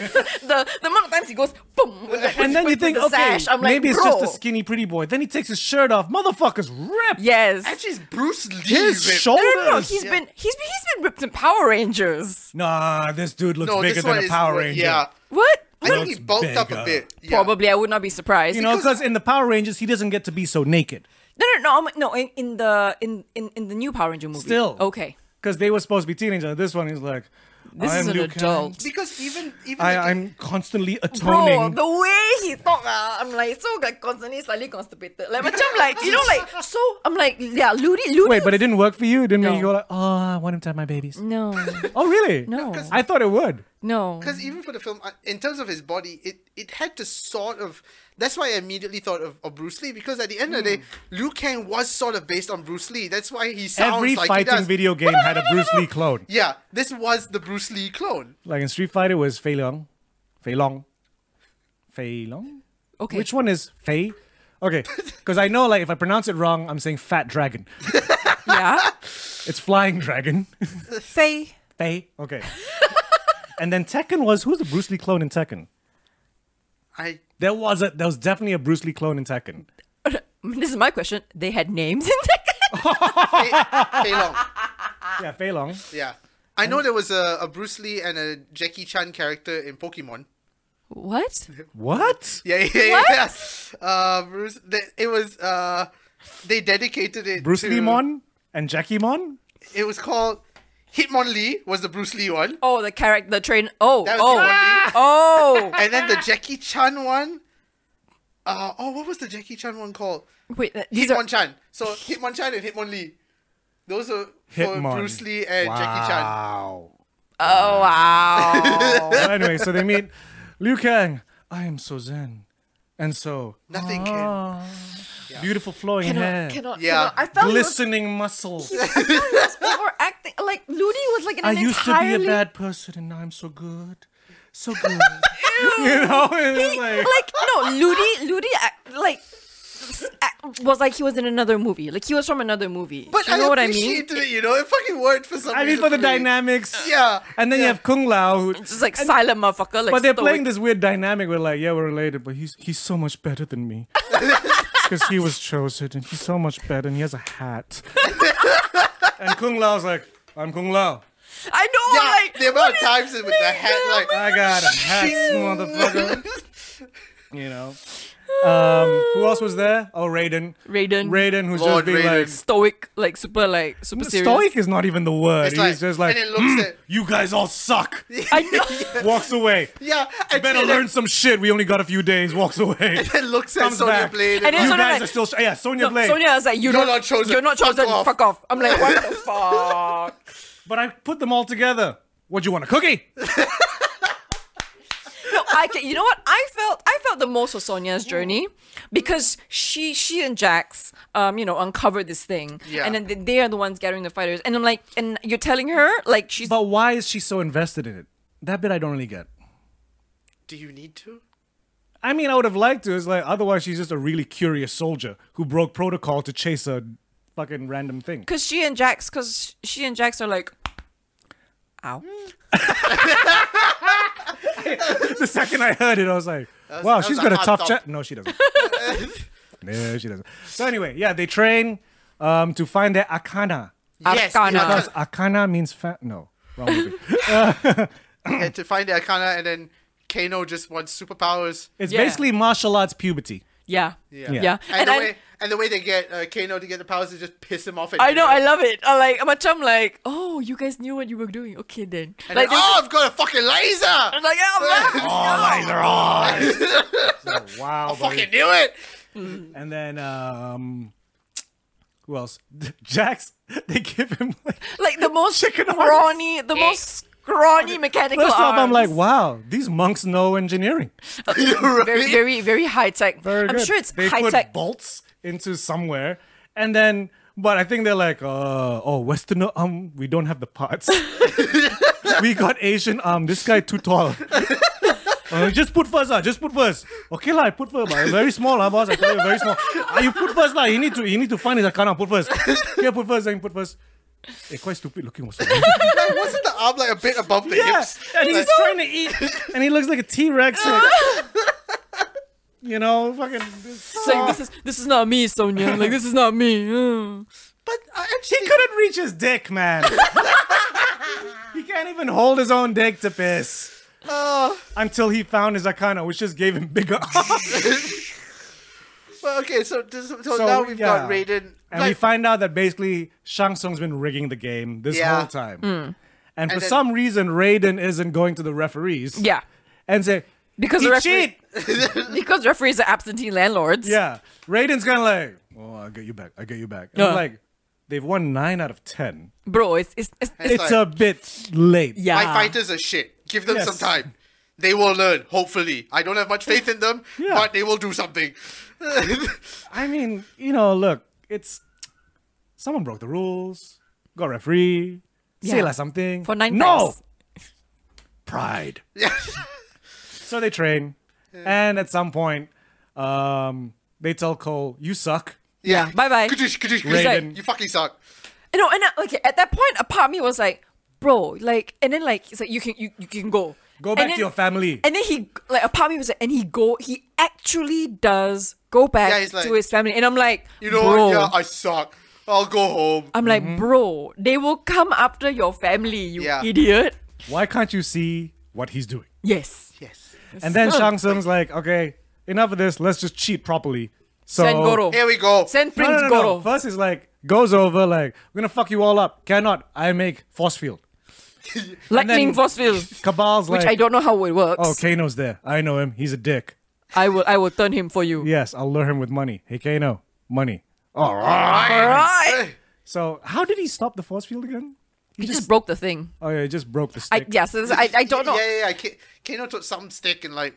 A: the the amount of times he goes boom. with the-
C: and then you
A: with
C: think,
A: the
C: okay,
A: sash. I'm like,
C: maybe it's
A: bro.
C: just a skinny pretty boy. Then he takes his shirt off. Motherfuckers ripped.
A: Yes.
B: actually, it's Bruce Lee.
C: His
B: ripped.
A: no, no, no, no.
C: shoulders.
A: He's been he's been he's been ripped in Power Rangers.
C: Nah, this dude looks
B: No,
C: bigger
B: this
C: than
B: one
C: a
B: is
C: Power
B: like-
C: Ranger.
B: Yeah,
A: What?
B: I
A: What?
B: think he bulked up a
C: bigger.
B: bit. Yeah.
A: Probably, I would not be surprised.
C: You know, because in the Power Rangers, he doesn't get to be so naked.
A: no, no, no, I'm- no. In, in the in, in in the new Power Ranger movie.
C: Still.
A: okay.
C: Because they were supposed to be teenagers. This one, he's like,
A: This
C: I'm
A: is an
C: Liu Kang.
A: adult.
B: because even even
C: I,
B: the-
C: I'm constantly
A: Bro,
C: atoning.
A: the way he talk, ah, I'm like so like constantly slightly constipated. Like macam like you know like so I'm like yeah, Ludi, Ludi.
C: Wait, but it didn't work for you? It didn't make you
A: No.
C: go like, oh, I want him to have my babies.
A: no,
C: Oh, really?
A: No. 'Cause-
C: I thought it would.
A: no.
B: Because even for the film, I- in terms of his body, it, it had to sort of. That's why I immediately thought of, of Bruce Lee because at the end of the day, Liu Kang was sort of based on Bruce Lee. That's why he sounds
C: Hmm. Every
B: like he
C: fighting
B: does.
C: video game had a Bruce Lee clone.
B: Yeah, this was the Bruce Lee clone.
C: Like in Street Fighter, it was Fei Long. Fei Long. Fei Long?
A: Okay.
C: Which one is Fei? Okay. Because I know, like, if I pronounce it wrong, I'm saying fat dragon.
A: Yeah.
C: It's flying dragon.
A: Say.
C: Fei. Okay. and then Tekken was who's the Bruce Lee clone in Tekken?
B: I
C: There was a there was definitely a Bruce Lee clone in Tekken.
A: This is my question. They had names in there.
B: Fei, Fei Long.
A: Ah.
C: Yeah, Fei Long.
B: Yeah, I
C: Hmm.
B: know there was a, a Bruce Lee and a Jackie Chan character in Pokemon.
A: What?
C: What?
B: Yeah, yeah, yeah. yeah. Uh, Bruce, they, it was. Uh, they dedicated it.
C: Bruce
B: to,
C: Lee Mon and Jackie Mon?
B: It was called Hitmonlee. Was the Bruce Lee one?
A: Oh, the character, the train. Oh,
B: That was
A: oh,
B: Hitmonlee.
A: oh.
B: And then the Jackie Chan one. Uh, oh, what was the Jackie Chan one called?
A: Wait, uh, these are
B: Hitmonchan. Chan. So Hitmonchan and Hitmonlee. Those are for
C: Hitmon.
B: Bruce Lee and Jackie Chan.
C: Wow.
A: Oh wow!
C: Well, anyway, so they meet Liu Kang. I am so zen. And so
B: Nothing
A: Oh.
C: beautiful flowing hair.
A: cannot, cannot,
B: Yeah.
A: cannot. I felt
C: Glistening muscles.
A: he was overacting. Like Ludi was like in
C: I
A: an
C: used
A: entirely.
C: to be a bad person and now I'm so good. So good. you know? And it's like,
A: like no, Ludi, Ludi, act- like s- act- was like he was in another movie. Like he was from another movie.
B: But
A: you know
B: I
A: what I mean?
B: appreciated it, you know? It fucking worked for some
C: I mean,
B: reason
C: for the
B: me.
C: dynamics.
B: Yeah.
C: And then you
B: yeah.
C: have Kung Lao. Who,
A: Just like silent motherfucker. Like
C: but they're
A: stoic.
C: playing this weird dynamic where, like, yeah, we're related, but he's, he's so much better than me. Because he was chosen and he's so much better and he has a hat. and Kung Lao's like, I'm Kung Lao.
A: I know,
B: Yeah,
A: like
B: the amount of times with the hat, like,
C: I got a hat, motherfucker. You know, Um, who else was there? Oh, Raiden.
A: Raiden.
C: Raiden, who's
B: Lord
C: just being
B: Raiden.
C: like, "Hmm,
A: Stoic, like super, like super serious.
C: Stoic is not even the word.
B: It's
C: He's
B: like-
C: just like,
B: and it looks
C: "Mm,
B: at-
C: you guys all suck.
A: I know.
C: Walks away.
B: Yeah, and
C: Better
B: then-
C: learn some shit. We only got a few days. Walks away.
B: Then looks at
C: Comes
B: Sonya
C: back.
B: Blade.
A: And
B: And
A: then
C: You
A: Sonya
C: guys
A: Blade-
C: are still. Sh- yeah, Sonya Blade.
A: Sonia was like, you're,
B: You're not chosen.
A: You're not
B: Fuck
A: chosen.
B: off."
A: Fuck off. I'm like, what the fuck?
C: But I put them all together. What do you want, a cookie?
A: No, I can. You know what? I felt I felt the most for Sonia's journey because she she and Jax, um, you know, uncovered this thing,
B: Yeah.
A: and then they- they are the ones gathering the fighters. And I'm like, and you're telling her like she's
C: But why is she so invested in it? That bit I don't really get.
B: Do you need to?
C: I mean, I would have liked to. It's like otherwise she's just a really curious soldier who broke protocol to chase a fucking random thing.
A: because she and Jax, because she and Jax are like, ow.
C: the second I heard it, I was like,
B: that
C: "Wow,
B: was
C: she's
B: a
C: got a
B: hot
C: tough
B: top.
C: chest." No, she doesn't. no, she doesn't. So anyway, yeah, they train um, to find their akana.
B: Yes,
A: Arcana.
B: yeah.
C: Because akana means fa- no. Wrong movie.
B: Yeah, to find the Arcana, and then Kano just wants superpowers.
C: It's
A: Yeah.
C: basically martial arts puberty.
A: Yeah.
B: Yeah.
A: Yeah.
B: And,
A: And,
B: the
A: I,
B: way and the way they get uh, Kano to get the powers is just piss him off. At
A: I know. I
B: dinner.
A: love it. I like. I'm a chum. Like, oh, you guys knew what you were doing. Okay then.
B: And
A: like,
B: then,
A: they-
B: oh, I've got a fucking laser.
A: I'm like, oh, man.
C: So, wow. buddy.
B: fucking knew it.
C: And then um, who else? Jax. They give him like.
A: like the most
C: Chicken arms.
A: scrawny, the most scrawny mechanical.
C: First off, I'm like,
A: arms.
C: wow, these monks know engineering.
A: very, very, very high tech.
C: Very
A: I'm
C: good.
A: sure it's
C: they
A: high
C: put
A: tech.
C: bolts into somewhere, and then. But I think they're like, uh, oh, Western um, we don't have the parts. we got Asian um, this guy too tall. Uh, just put first, uh, just put first. Okay, lah, I put first, but very small, uh, boss. I tell you, very small. Ah, you put first, lah. You need to, you need to find his account. Put first. Okay, put first, then put first. Eh, quite stupid looking also.
B: Like, wasn't the arm like a bit above the
C: Yeah,
B: hips?
C: and he's trying to eat, and he looks like a T Rex. you know, fucking.
A: It's like this is this is not me, Sonia. Like this is not me. Mm.
B: But I
C: he
B: actually,
C: couldn't reach his dick, man. he can't even hold his own dick to piss
B: uh,
C: until he found his akana, which just gave him bigger arms.
B: well, okay. So, this, so,
C: So,
B: now we've got
C: yeah.
B: Raiden.
C: and we
B: like,
C: find out that basically Shang Tsung's been rigging the game this
B: Yeah.
C: whole time. And for
B: then-
C: some reason, Raiden isn't going to the referees.
A: Yeah,
C: And say,
A: because
C: he
A: the referee,
C: cheat.
A: because referees are absentee landlords.
C: Yeah. Raiden's kind of like, oh, I'll get you back. I'll get you back. And
A: Yeah.
C: I'm like, they've won nine out of 10.
A: bro, it's it's, it's,
B: It's
A: it's
C: It's
B: like-
C: a bit late.
A: yeah.
B: my fighters are shit. Give them
C: Yes.
B: some time. They will learn. Hopefully, I don't have much faith in them,
C: Yeah.
B: but they will do something.
C: I mean, you know, look, it's someone broke the rules, got referee, say
A: Yeah.
C: like something
A: for nine
C: No
A: times.
C: pride.
B: Yeah.
C: So they train, and at some point, um, they tell Cole, "You suck."
B: Yeah.
A: Bye bye.
B: Kadush, kadush, kadush.
C: Raiden.
B: You fucking suck.
A: You know, and I, okay, at that point, a part of me was like, bro, like, and then like it's like you can you, you can go.
C: Go
A: And
C: back
A: then-
C: to your family.
A: And then he like a part of me was like, and he go he actually does go back
B: Yeah, he's like-
A: to his family, and I'm like,
B: You know
A: bro,
B: what? Yeah, I suck. I'll go home.
A: I'm like,
C: Mm-hmm.
A: bro, they will come after your family, you
B: Yeah.
A: idiot.
C: Why can't you see what he's doing?
A: Yes.
B: Yes.
C: And then
A: Son.
C: Shang Tsung's like, "Okay, enough of this. Let's just cheat properly." So
A: Send Goro.
B: Here we go.
A: Send
C: No,
A: Prince
C: no, no,
A: Goro.
C: no. First is like goes over like, "I'm gonna fuck you all up." Cannot. I make force field.
A: Lightning
C: then-
A: force field.
C: Cabal's
A: Which
C: like,
A: I don't know how it works.
C: "Oh, Kano's there. I know him. He's a dick."
A: I will I will turn him for you.
C: Yes, I'll lure him with money. Hey, Kano, money. All right.
A: Alright.
C: So, how did he stop the force field again?
A: He just broke the thing.
C: Oh yeah, he just broke the
A: I
C: stick.
A: yeah, so this- I, I don't know.
B: Yeah,
A: Yeah,
B: yeah, yeah. K- Kano took some stick and like.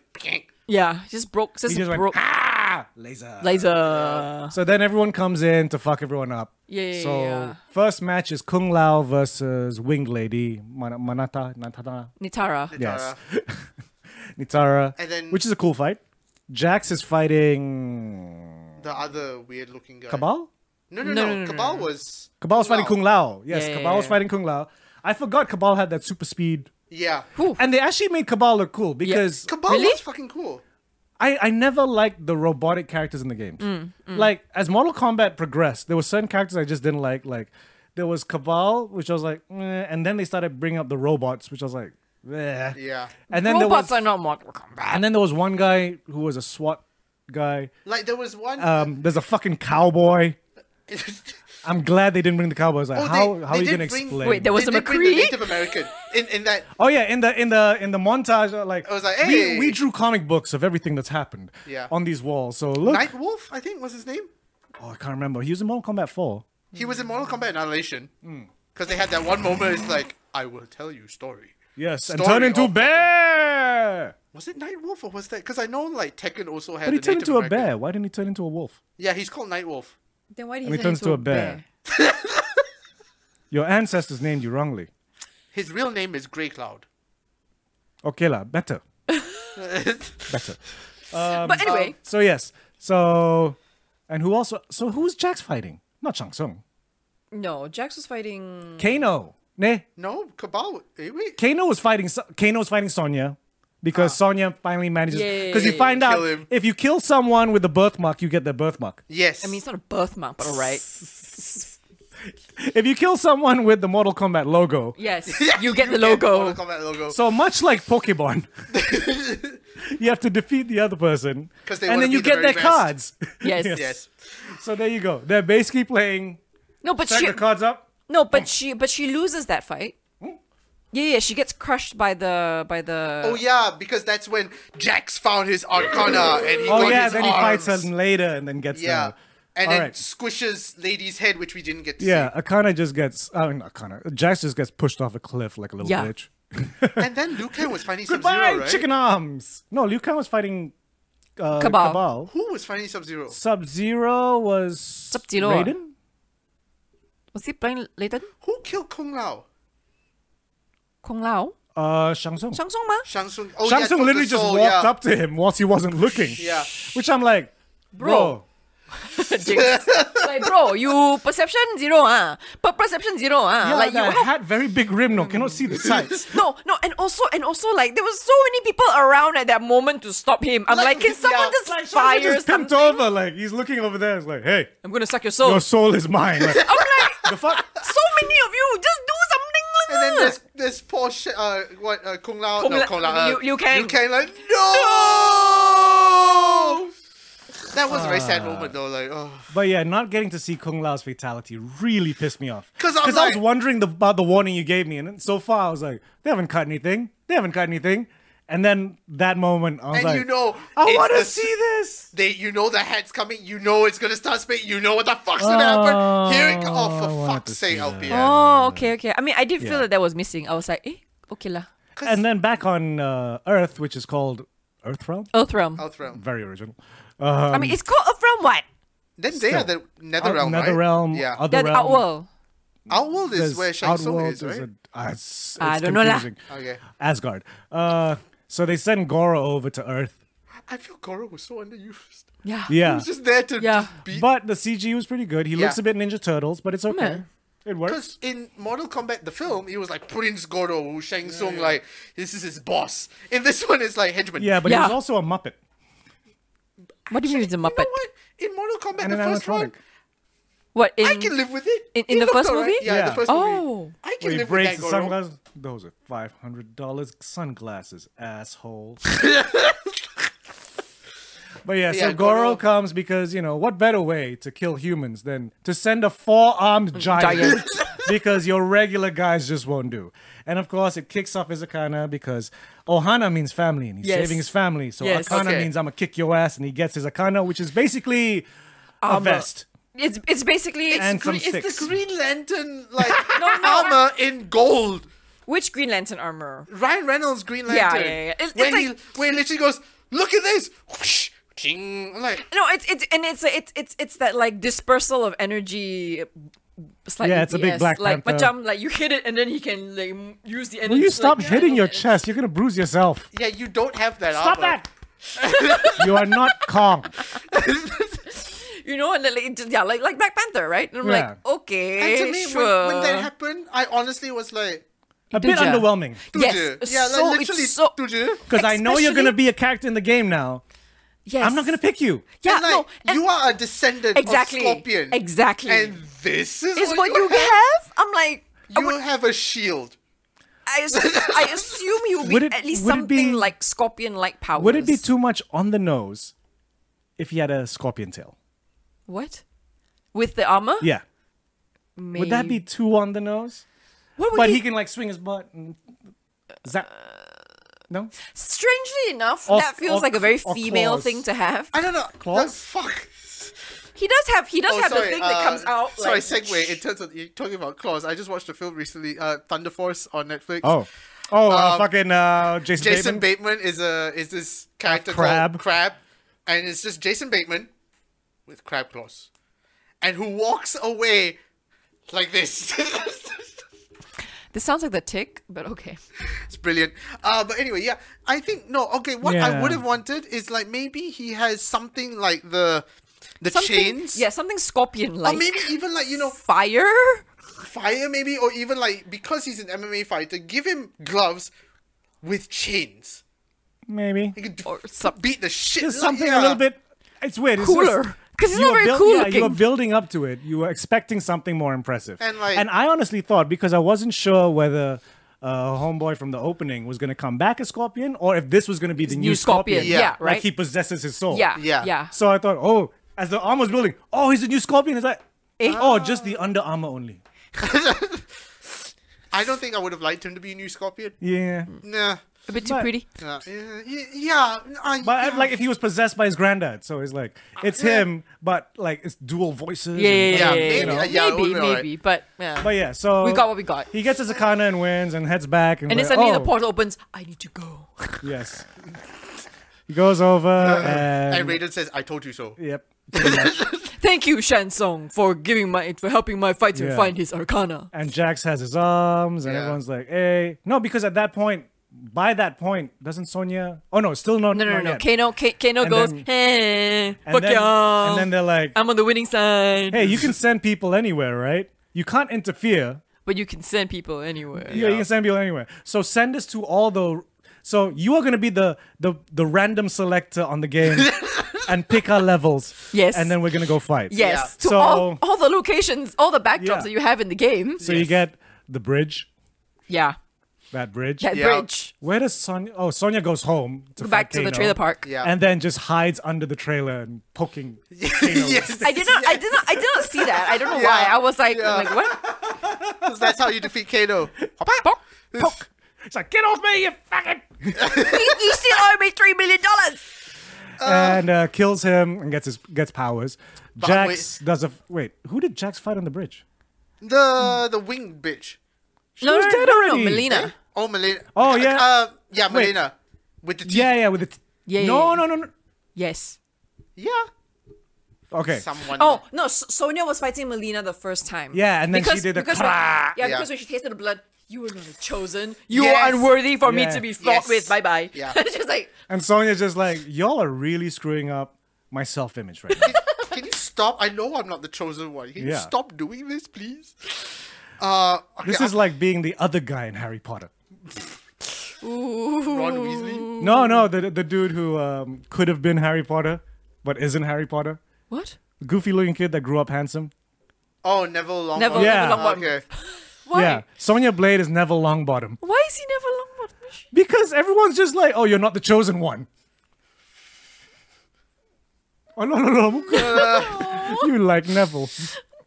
A: just broke just,
C: he just
A: broke
C: went ah laser.
A: laser.
C: So then everyone comes in to fuck everyone up.
A: Yeah, yeah,
C: So
A: yeah.
C: first match is Kung Lao versus Winged Lady Man- Manata Natata.
A: Nitara.
C: Yes,
B: Uh,
C: Nitara.
B: And then-
C: which is a cool fight. Jax is fighting
B: the other weird looking guy.
C: Cabal.
B: No, no,
A: No,
B: no.
A: no, no, no,
B: Cabal
A: no.
B: was.
C: Cabal's fighting Kung Lao. Yes,
A: Yeah, yeah,
C: Cabal was
A: yeah.
C: fighting Kung Lao. I forgot Cabal had that super speed.
B: Yeah.
C: And they actually made Cabal look cool because
B: Cabal
A: Really?
B: was fucking cool.
C: I, I never liked the robotic characters in the games.
A: Mm,
C: Like as Mortal Kombat progressed, there were certain characters I just didn't like. Like there was Cabal, which I was like, eh, and then they started bringing up the robots, which I was like, eh.
B: Yeah.
C: And then there
A: Robots
C: was,
A: are not Mortal Kombat.
C: and then there was one guy who was a SWAT guy.
B: Like there was one.
C: Um, there's a fucking cowboy. I'm glad they didn't bring the cowboys. Like,
B: Oh, they-
C: how how
B: they
C: are
B: did
C: you gonna
B: bring-
C: explain?
A: Wait, there was
B: they
A: a
B: did bring the
A: McCree?
B: Native American in in that.
C: Oh yeah, in the in the in the montage, uh, like
B: I was like,
C: we,
B: "Hey."
C: we drew comic books of everything that's happened.
B: Yeah.
C: on these walls. So look,
B: Night Wolf, I think was his name.
C: oh, I can't remember. He was in Mortal Kombat Four.
B: He was in Mortal Kombat Annihilation
C: Hmm.
B: because they had that one moment. It's like I will tell you story.
C: Yes, and
B: Story
C: turn into a
B: of-
C: bear.
B: Was it Night Wolf or was that? Because I know like Tekken also had.
C: But he
B: a
C: turned
B: Native
C: into a
B: American.
C: bear. Why didn't he turn into a wolf?
B: Yeah, he's called Night Wolf.
A: Then why did
C: And he turns to a bear. Your ancestors named you wrongly.
B: His real name is Grey Cloud.
C: Okay lah, better,
B: Jack
C: better. um,
A: but anyway,
C: So yes, so and who also? So who's Jax fighting? Not Shang Tsung.
A: Um, no, Jax was fighting.
C: Kano. Ne,
B: No, Cabal. eh, wait.
C: Kano was fighting. So- Kano was fighting Sonya because Sonya finally manages.
A: Ah. Yeah,
C: Because
A: yeah,
C: you
A: yeah,
C: find
B: yeah.
C: out
B: Kill him.
C: if you kill someone with the birthmark, you get their birthmark.
B: Yes.
A: I mean, it's not a birthmark, but all right.
C: If you kill someone with the Mortal Kombat logo,
A: Yes, you get the
B: Mortal
A: logo.
B: Kombat Oh, logo.
C: so much like Pokemon, you have to defeat the other person,
B: 'Cause they
C: and
B: wanna
C: then you
B: be the
C: get
B: very
C: their
B: best.
C: cards.
A: Yes.
B: yes.
C: so there you go. They're basically playing.
A: No, but
C: Stack
A: she.
C: the cards up.
A: No, but she. But she loses that fight.
C: Hmm.
A: Yeah, yeah. She gets crushed by the by the.
B: Oh yeah, because that's when Jax found his Arcana and he
C: Oh
B: got
C: yeah,
B: his
C: then he
B: arms.
C: fights her later, and then gets
B: Yeah.
C: the-
B: And
C: All
B: then
C: right.
B: squishes Lady's head, which we didn't get to
C: Yeah, Akana just gets. I mean, Akana. Jax just gets pushed off a cliff like a little
A: Yeah.
C: bitch.
B: see. And then Liu Kang was fighting
C: Goodbye,
B: Sub-Zero, right?
C: chicken arms. No, Liu Kang was fighting uh, Cabal.
A: Cabal.
B: Who was fighting Sub-Zero?
C: Sub Zero was
A: Sub-Zero.
C: Raiden.
A: Was he playing Leighton?
B: Who killed Kung Lao?
A: Kong Lao?
C: Uh, Shang Tsung.
A: Shang
C: Shang
A: Song Ma?
B: Shang Tsung. Oh, yeah,
C: Tsung
B: took
C: literally
B: the
C: just
B: soul,
C: walked
B: yeah.
C: up to him whilst he wasn't looking.
B: Yeah.
C: Which I'm like, bro.
A: Bro. Jinx. like, bro, you perception zero, ah. But perception zero, ah.
B: uh,
C: Yeah,
A: like, you.
C: that
A: how-
C: hat very big rim. No, cannot see the sides.
A: No, no, and also, and also, like, there was so many people around at that moment to stop him. I'm
B: Like,
A: like, can someone
B: yeah,
A: just
C: like Shang Tsung
A: fire
C: just pimped
A: something?
C: over. Like he's looking over there. It's like, hey,
A: I'm gonna suck your
B: Oh.
A: soul.
C: your soul is mine. Like,
A: I'm like,
C: the fuck.
A: so many of you, just do something.
C: Ah!
B: And then
A: lah.
B: there's this poor sh- uh what uh, Kung Lao
A: Kung
B: no
A: Lao-
B: Kung Lao uh,
A: Liu- Liu Kang.
B: like no. That was a very sad moment though. Like oh.
C: But yeah, not getting to see Kung Lao's fatality really pissed me off.
B: 'Cause I'm
C: I was
B: like-
C: wondering the, about the warning you gave me, and then so far I was like, they haven't cut anything. They haven't cut anything. And then that moment, I was
B: And
C: like,
B: you know,
C: I
B: it's
C: want to
B: the-
C: see this.
B: They, you know the hat's coming. You know it's gonna start spinning. You know what the fuck's gonna happen. Here it go.
C: Oh, I
B: Oh, for
C: wanted to
B: fuck's sake,
C: see that.
B: LPN.
A: Oh, okay, okay. I mean, I did
C: Yeah.
A: feel that that was missing. I was like, eh, okay lah.
C: And then back on uh, Earth, which is called Earthrealm,
A: Earthrealm.
B: Outrealm.
C: very original. Uh,
A: I mean, it's called Earthrealm what?
B: Then they are the Netherrealm, right?
C: Netherrealm,
B: Yeah.
A: The
C: Otherrealm.
A: Outworld.
B: Outworld is
C: there's
B: where Shang Tsung
C: Outworld,
B: is,
C: there's
B: right?
C: a- ah, it's-
A: I
C: it's
A: don't know lah.
C: confusing.
B: Okay.
C: Asgard. Uh, so they send Goro over to Earth.
B: I feel Goro was so underused.
A: Yeah.
B: He
C: Yeah.
B: was just there to
A: Yeah.
B: just beat.
C: But the CG was pretty good. He looks
B: Yeah.
C: a bit Ninja Turtles, but it's okay.
A: Man.
C: It works.
B: Because in Mortal Kombat, the film, he was like Prince Goro, who Shang Tsung, like, this is his boss. In this one, it's like henchman.
C: Yeah, but he
A: Yeah.
C: was also a Muppet.
A: What do you mean it's a
B: You
A: Muppet?
B: know what? In Mortal Kombat,
C: And
B: the
C: an
B: first one,
C: animatronic.
A: What in?
B: I can live with it.
A: In-
B: He
A: in the
B: looked
A: first
B: alright.
A: movie?
B: Yeah, in
C: Yeah.
B: the first
A: Oh.
B: movie. I can
C: Where he
B: live with
C: breaks
B: that
C: the
B: Goro.
C: sunglasses. Those are five hundred dollars sunglasses, asshole. but yeah, so
B: Yeah,
C: Goro,
B: Goro-
C: comes because you know what better way to kill humans than to send a four-armed giant,
A: giant.
C: because your regular guys just won't do. And of course, it kicks off Izakana because Ohana means family, and he's
A: Yes.
C: saving his family. So
A: Yes.
C: Akana
B: Okay.
C: means I'm gonna kick your ass, and he gets his Akana, which is basically a vest.
A: It's it's basically
C: And some
B: Gre- It's
C: sticks.
B: the Green Lantern like
A: No, no.
B: armor in gold.
A: which Green Lantern armor?
B: Ryan Reynolds Green
A: Yeah,
B: Lantern.
A: yeah, yeah. It's-
B: when
A: it's
B: he
A: like-
B: when he literally goes, look at this, whoosh, ching. I'm like
A: No, it's it's and it's it's it's it's that like dispersal of energy. Slightly
C: Yeah, it's a big
A: BS,
C: Black
A: like
C: Panther.
A: macam, like you hit it and then he can like m- use the energy.
C: Will you
A: to,
C: stop
A: like,
C: hitting your
A: yeah.
C: chest? You're gonna bruise yourself.
B: yeah, you don't have that
C: Stop
B: armor.
C: that! you are not calm.
A: You know, and then, like, it just- yeah, like like Black Panther, right? And I'm
C: Yeah.
A: like, okay,
B: And to me, when-
A: sure.
B: when, that happened, I honestly was like,
C: A bit
A: Duja.
C: underwhelming.
A: yes,
B: "Dude." yeah, like
A: so
B: literally,
A: it's so
B: "Dude."
C: Because I know you're
A: Especially-
C: gonna be a character in the game now.
A: yes.
C: I'm not gonna pick you.
A: Yeah,
B: And, like,
A: no, and
B: you are a descendant
A: exactly,
B: of Scorpion.
A: exactly.
B: And this is
A: Is
B: what,
A: what you
B: have.
A: have? I'm like, I
B: You
A: would-
B: have a shield.
A: I, ass- I assume you'll be
C: Would it-
A: at least
C: would it
A: something
C: be-
A: like scorpion like powers.
C: Would it be too much on the nose if he had a scorpion tail.
A: What? With the armor?
C: Yeah.
A: Maybe.
C: Would that be two on the nose?
A: What would
C: But
A: he,
C: he can like swing his butt. And... Is that
B: Uh,
C: no?
A: Strangely enough,
C: Or-
A: that feels
C: or-
A: like a very
C: or
A: female
C: claws.
A: thing to have.
B: I don't know. that-
C: Claws?
B: fuck.
A: He does have. He does
B: Oh,
A: have
B: sorry.
A: the thing
B: uh,
A: that comes out.
B: Sorry,
A: like,
B: segue. In terms of you're talking about claws, I just watched a film recently, uh, Thunder Force on Netflix.
C: Oh, oh, uh,
B: Um,
C: fucking uh, Jason,
B: Jason
C: Bateman.
B: Bateman, is a is this character
C: Crab.
B: called Crab, and it's just Jason Bateman with crab claws, and who walks away like this.
A: This sounds like the tick, but okay.
B: it's brilliant. Uh, but anyway, yeah, I think no. Okay, what I
C: Yeah.
B: would have wanted is like maybe he has something like the the chains.
A: Yeah, something scorpion
B: Or
A: like.
B: maybe even like you know
A: fire.
B: fire maybe or even like because he's an MMA fighter, give him gloves with chains.
C: Maybe
B: He could
A: Or some-
B: beat the shit.
C: just
B: out-
C: something
B: yeah.
C: a little bit. It's weird. It's
A: Cooler.
C: just-
A: 'Cause he's
C: you
A: not
C: were
A: very cool
C: yeah, You were
A: looking.
C: building up to it. You were expecting something more impressive.
B: And, like-
C: and I honestly thought because I wasn't sure whether. Uh, homeboy from the opening was gonna come back as Scorpion, or if this was gonna be the new,
A: New scorpion.
B: Yeah.
A: Yeah,
B: Like
A: right.
C: Like he possesses his soul.
A: yeah, yeah,
B: Yeah.
A: yeah.
C: So I thought, oh, as the arm was building, oh, he's a new Scorpion. It's like,
A: Eh?
C: oh, just the Under Armour only.
B: I don't think I would have liked him to be a new Scorpion.
C: Yeah.
B: Nah.
A: A bit too
C: But-
A: pretty.
B: nah. Yeah. yeah, I-
C: But uh,
B: yeah.
C: like, if he was possessed by his granddad, so it's like it's him, but like it's dual voices.
A: Yeah,
C: and-
A: yeah, yeah, yeah.
B: maybe-
A: yeah,
B: yeah, it
A: maybe,
B: would be alright.
A: maybe, but yeah.
C: But yeah, so
A: We got what we got.
C: He gets his Akana and wins, and heads back, and,
A: and
C: we're
A: then suddenly the
C: oh,
A: portal opens. I need to go.
C: Yes. He goes over and,
B: And Raiden says, "I told you so."
C: yep. pretty much.
A: Thank you, Shansong, for giving my for helping my fighter
C: Yeah.
A: find his arcana.
C: and Jax has his arms, and
B: Yeah.
C: everyone's like, "Hey, no!" Because at that point, by that point, doesn't Sonya? Oh no, still not.
A: No, no,
C: not
A: no, no.
C: yet.
A: Kano, Ka- Kano
C: And
A: goes,
C: then-
A: hey,
C: And
A: fuck
C: then-
A: y'all.
C: And then they're like,
A: I'm on the winning side.
C: "Hey, you can send people anywhere, right? You can't interfere."
A: But you can send people anywhere.
C: Yeah, you can send people anywhere. So send us to all the. So you are going to be the the the random selector on the game, and pick our levels.
A: Yes.
C: And then we're going to go fight.
A: Yes,
B: Yeah.
A: to
C: So-
A: all, all the locations, all the backdrops
C: Yeah.
A: that you have in the game.
C: So you get the bridge,
A: Yeah,
C: that bridge.
A: that
B: Yeah.
A: bridge.
C: Where does Sonya? Oh, Sonya goes home to
A: Go
C: fight
A: back to the
C: Kano,
A: trailer park.
B: Yeah.
C: And then just hides under the trailer and poking.
B: yes,
A: I did not, I did not, I did not see that. I don't know
B: Yeah.
A: why. I was like,
B: Yeah.
A: I'm like what?
B: that's how you defeat Kano.
A: Poke, poke.
C: It's like get off me, you fucking!
A: you, you still owe me three million dollars.
C: and uh, kills him and gets his gets powers. Jax
B: wait.
C: does a wait. Who did Jax fight on the bridge?
B: The the winged bitch.
A: No,
C: was
A: no,
C: dead
A: no, no,
C: already.
A: Melina.
B: Oh, Melina.
C: Oh, yeah.
B: Uh, yeah,
C: Wait.
B: Melina. With the teeth.
C: Yeah, yeah, with the t-
A: Yeah,
C: No,
A: yeah,
C: no,
A: yeah.
C: no, no.
A: Yes.
B: Yeah.
C: Okay.
B: Someone.
A: Oh no, S- Sonia was fighting Melina the first time.
C: Yeah, and then she did the
A: because
C: kra-
A: yeah,
B: Yeah.
A: because when she tasted the blood, you were not chosen. You
B: Yes.
A: are unworthy for
C: Yeah.
A: me to be fought
B: Yes.
A: with. Bye bye.
B: Yeah.
A: Just like
C: And Sonya's just like, y'all are really screwing up my self image right now.
B: Can you stop? I know I'm not the chosen one. Can you
C: Yeah.
B: stop doing this, please? Uh, okay,
C: this is like being the other guy in Harry Potter.
B: Ron Weasley.
C: No, no, the, the dude who um, could have been Harry Potter, but isn't Harry Potter.
A: what?
C: Goofy looking kid that grew up handsome.
B: Oh, Neville Longbottom.
A: Neville,
C: Yeah.
A: Neville Longbottom.
B: Okay.
A: Why?
C: Yeah. Sonya Blade is Neville Longbottom.
A: Why is he Neville Longbottom?
C: Because everyone's just like, oh, you're not the chosen one. Oh, no, no, no. you like Neville.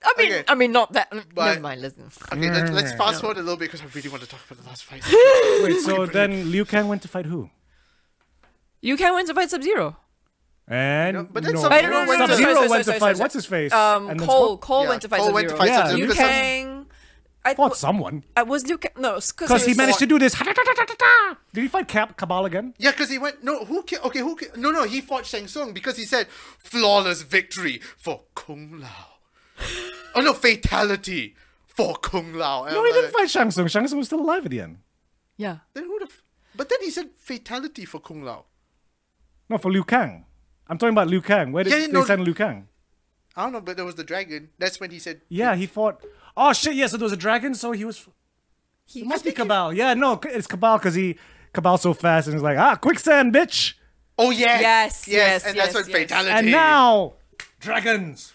A: I mean,
B: Okay.
A: I mean, not that.
B: But-
A: Never mind. Listen.
B: Okay, let, let's fast forward a little bit because I really want to talk about the last fight.
C: Wait, so then Liu Kang went to fight who?
A: You can win to fight Sub Zero.
C: And
B: No, but then
C: no.
B: Sub-Zero
A: No, no, no, no, no,
C: Sub-Zero
A: sorry, sorry,
C: went to
A: sorry,
C: fight.
A: sorry,
C: What's
A: sorry.
C: his face?
A: Um,
C: And then
A: Cole,
C: Scorp-
A: Cole
B: Yeah,
A: went to fight
B: Cole
A: Sub
B: went to
A: Zero.
B: fight
C: Yeah. Sub-Zero
A: Liu
B: because Sub-
A: Kang. I
C: fought someone.
A: I was Liu Kang. No,
C: Because
A: because
C: he managed
B: fought-
C: to do this. Did he fight Cap Cabal again?
B: Yeah, because he went. No, who? Ki- okay, who? Ki- no, no, he fought Shang Tsung because he said flawless victory for Kung Lao. Oh no, fatality for Kung Lao. And
C: No,
B: I'm
C: he didn't
B: like,
C: fight Shang Tsung. Shang Tsung was still alive at the end.
A: Yeah.
B: Then who the? F- but then he said fatality for Kung Lao.
C: No, for Liu Kang. I'm talking about Liu Kang. Where did
B: Yeah, yeah,
C: they
B: no-
C: send Liu Kang?
B: I don't know, but there was the dragon. That's when he said.
C: Yeah, he fought. Oh shit! Yeah, so there was a dragon. So he was.
A: He
C: It must be Cabal. Yeah, no, c- it's Cabal because he Cabal so fast and he's like, ah, quicksand, bitch.
B: Oh yes,
A: Yes, yes,
B: and that's
A: yes,
B: when
A: yes.
B: fatality.
C: And now, dragons.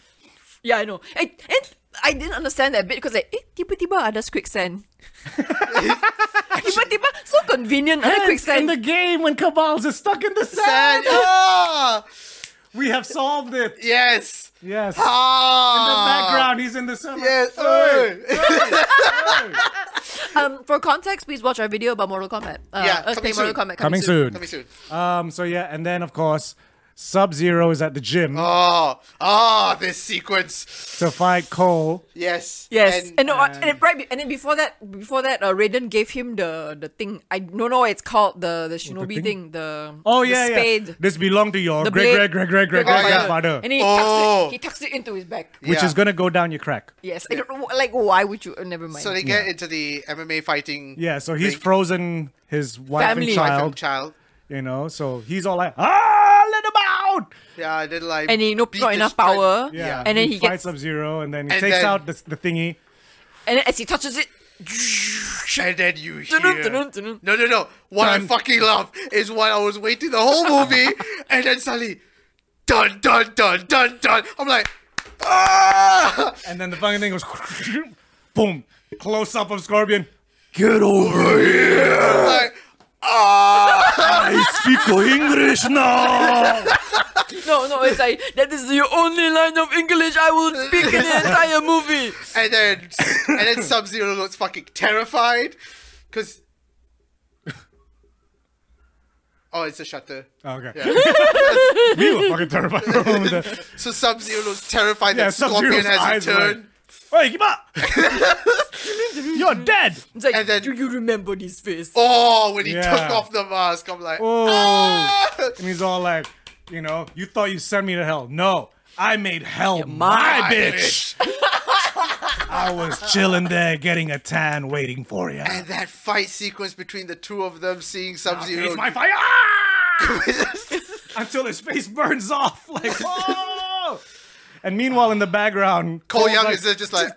A: Yeah, I know. And, and I didn't understand that bit because like, eh, tiba-tiba ada quicksand. tiba-tiba so convenient ada
C: And in
A: quicksand.
C: the game when Cabal's is stuck in the
B: Sad.
C: sand.
B: Ah!
C: We have solved it.
B: Yes.
C: Yes.
B: Ah.
C: Background. He's in the summer.
B: Yes.
C: Oi.
B: Oi.
A: Um, for context, please watch our video about Mortal Kombat. Uh,
B: Yeah,
A: us
B: coming
A: playing
B: soon.
A: Mortal Kombat
C: Coming soon.
B: Coming soon.
C: Um. So yeah, and then of course, Sub Zero is at the gym
B: Oh, oh, this sequence.
C: to fight Cole.
B: Yes.
A: Yes, and,
B: And, uh, um,
A: no, and, it- right, be- and then before that, before that, uh, Raiden gave him the the thing. I don't know what it's called. The the shinobi
C: Oh, thing?
A: thing? The
C: Oh
A: the
C: yeah,
A: spade.
C: yeah. This belonged to your
A: The
C: great,
A: blade.
C: great, great, great, great, great
B: Oh, yeah.
C: grandfather,
A: And he
B: Oh.
A: tucks it. He tucks it into his back.
C: which
B: Yeah.
C: is gonna go down your crack.
A: Yes, I don't know. Like, why would you? uh, Never mind.
B: so they get into the MMA fighting.
C: Yeah. So
B: thing.
C: he's frozen his wife
A: Family.
C: and
A: Wife and
B: Wife
C: child.
B: and child.
C: You know. So he's all like, ah, let him out.
B: Yeah, and then like.
A: and he nope,
B: beat
A: not
B: the
A: enough
B: shit-
A: power.
B: Yeah.
A: Yeah. And then he
C: fights
A: gets.
C: Sub Zero, and then he
B: And
C: takes
B: then-
C: out the, the thingy.
A: And then as he touches it,
B: And then you hear.
A: Dun-dun, dun-dun, dun-dun.
B: No, no, no. What I
C: Dun.
B: fucking love is what I was waiting the whole movie, and then suddenly, dun dun dun dun dun. I'm like, ah!
C: And then the fucking thing goes, boom, close up of Scorpion.
B: Get over here! I'm like,
C: I speak English now.
A: no, no, it's like that is the only line of English I will speak in the entire movie.
B: and then and then Sub Zero looks fucking terrified, because. Oh, it's a shutter.
C: okay.
B: Yeah.
C: We were fucking terrified for a moment there.
B: So Sub Zero looks terrified
C: Yeah,
B: that Scorpion
C: Sub-Zero's
B: has
C: eyes were like-
B: returned.
C: Hey, give up! You're dead!
A: It's like,
B: And then-
A: do you remember this face?
B: Oh, when he
C: Yeah.
B: took off the mask, I'm like,
C: Oh.
B: "Ah!"
C: And he's all like, you know, you thought you sent me to hell. No, I made hell my,
A: my
C: bitch. I was chilling there getting a tan waiting for you.
B: And that fight sequence between the two of them, seeing Sub Zero.
C: It's my fire! Ah! Until his face burns off. Like, oh! And meanwhile, in the background,
B: Cole Young
C: like,
B: is there just like,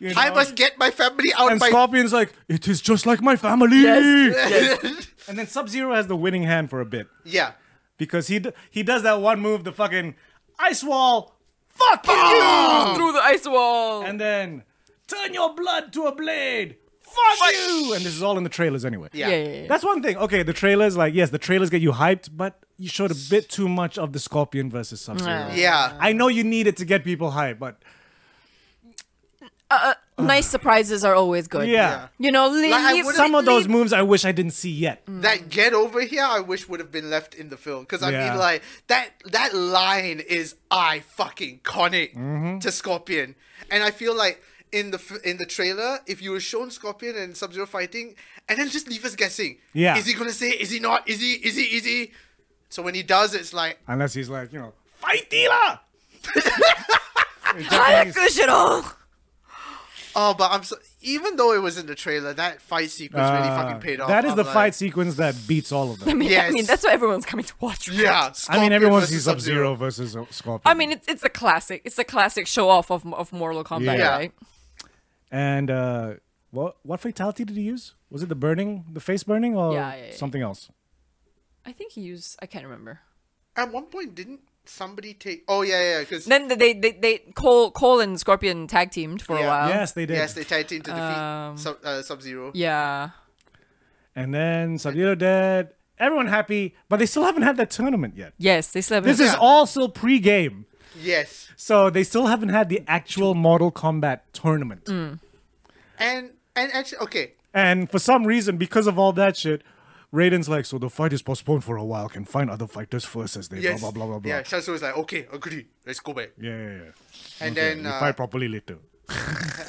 C: you
B: I
C: know,
B: must get my family out
C: And
B: by.
C: Scorpion's like, it is just like my family.
A: Yes, yes.
C: And then Sub Zero has the winning hand for a bit
B: yeah.
C: because he d- he does that one move, the fucking ice wall, fuck you,
A: through the ice wall.
C: and then turn your blood to a blade, fuck you. And this is all in the trailers anyway.
B: Yeah.
A: yeah, yeah, yeah.
C: That's one thing. Okay, the trailers, like yes, the trailers get you hyped, but you showed a bit too much of the Scorpion versus Sub Zero.
B: Yeah.
C: I know you need it to get people hyped, but
A: nice surprises are always
C: yeah,
A: good. You know, leave,
B: I wouldn't-
C: some of those
A: leave-
C: moves I wish I didn't see yet.
B: That get over here, I wish would have been left in the film because I
C: Yeah.
B: mean, like that that line is I fucking conic
C: Mm-hmm.
B: to Scorpion, and I feel like in the f- in the trailer, if you were shown Scorpion and Sub Zero fighting, and then just leave us guessing,
C: Yeah.
B: is he gonna say? Is he not? Is he? Is he? Is he? So when he does, it's like
C: Unless he's like, you know, fight dealer.
A: Hayek Kushiro!
B: Oh, but I'm so. Even though it was in the trailer, that fight sequence really fucking paid off.
C: Ah, Uh, That is
B: I'm
C: the
B: like,
C: fight sequence that beats all of them.
A: I mean, I
B: Yes.
A: mean, that's what everyone's coming to watch. right?
B: Yeah,
C: I mean,
B: Scorpion
C: everyone
B: versus
C: sees Sub Zero versus uh, Scorpion.
A: I mean, it's, it's a classic. It's a classic show off of, of Mortal Kombat,
C: Yeah.
A: right?
C: and uh, what what fatality did he use? Was it the burning, the face burning, or
A: Yeah, yeah, yeah.
C: something else?
A: I think he used. I can't remember.
B: At one point, didn't somebody take? Oh yeah, yeah, because
A: Then they they they Cole Cole and Scorpion tag teamed for a
B: Yeah.
A: while.
C: Yes, they did.
B: yes, they tied into defeat
A: Um,
B: Sub uh, Sub Zero.
A: Yeah.
C: and then Sub Zero dead. Everyone happy, but they still haven't had that tournament yet.
A: Yes, they still haven't.
C: This is
B: Yeah.
C: all still pre-game,
B: Yes,
C: so they still haven't had the actual Mortal Kombat tournament.
A: Mm.
B: and and actually, okay,
C: And for some reason, because of all that shit, Raiden's like, so the fight is postponed for a while. Can find other fighters first as they
B: yes,
C: blah blah blah blah blah.
B: Yeah, Shansu was like, okay, agree, let's go back,
C: yeah, yeah. yeah.
B: and
C: We
B: then uh,
C: fight properly later.
B: and then-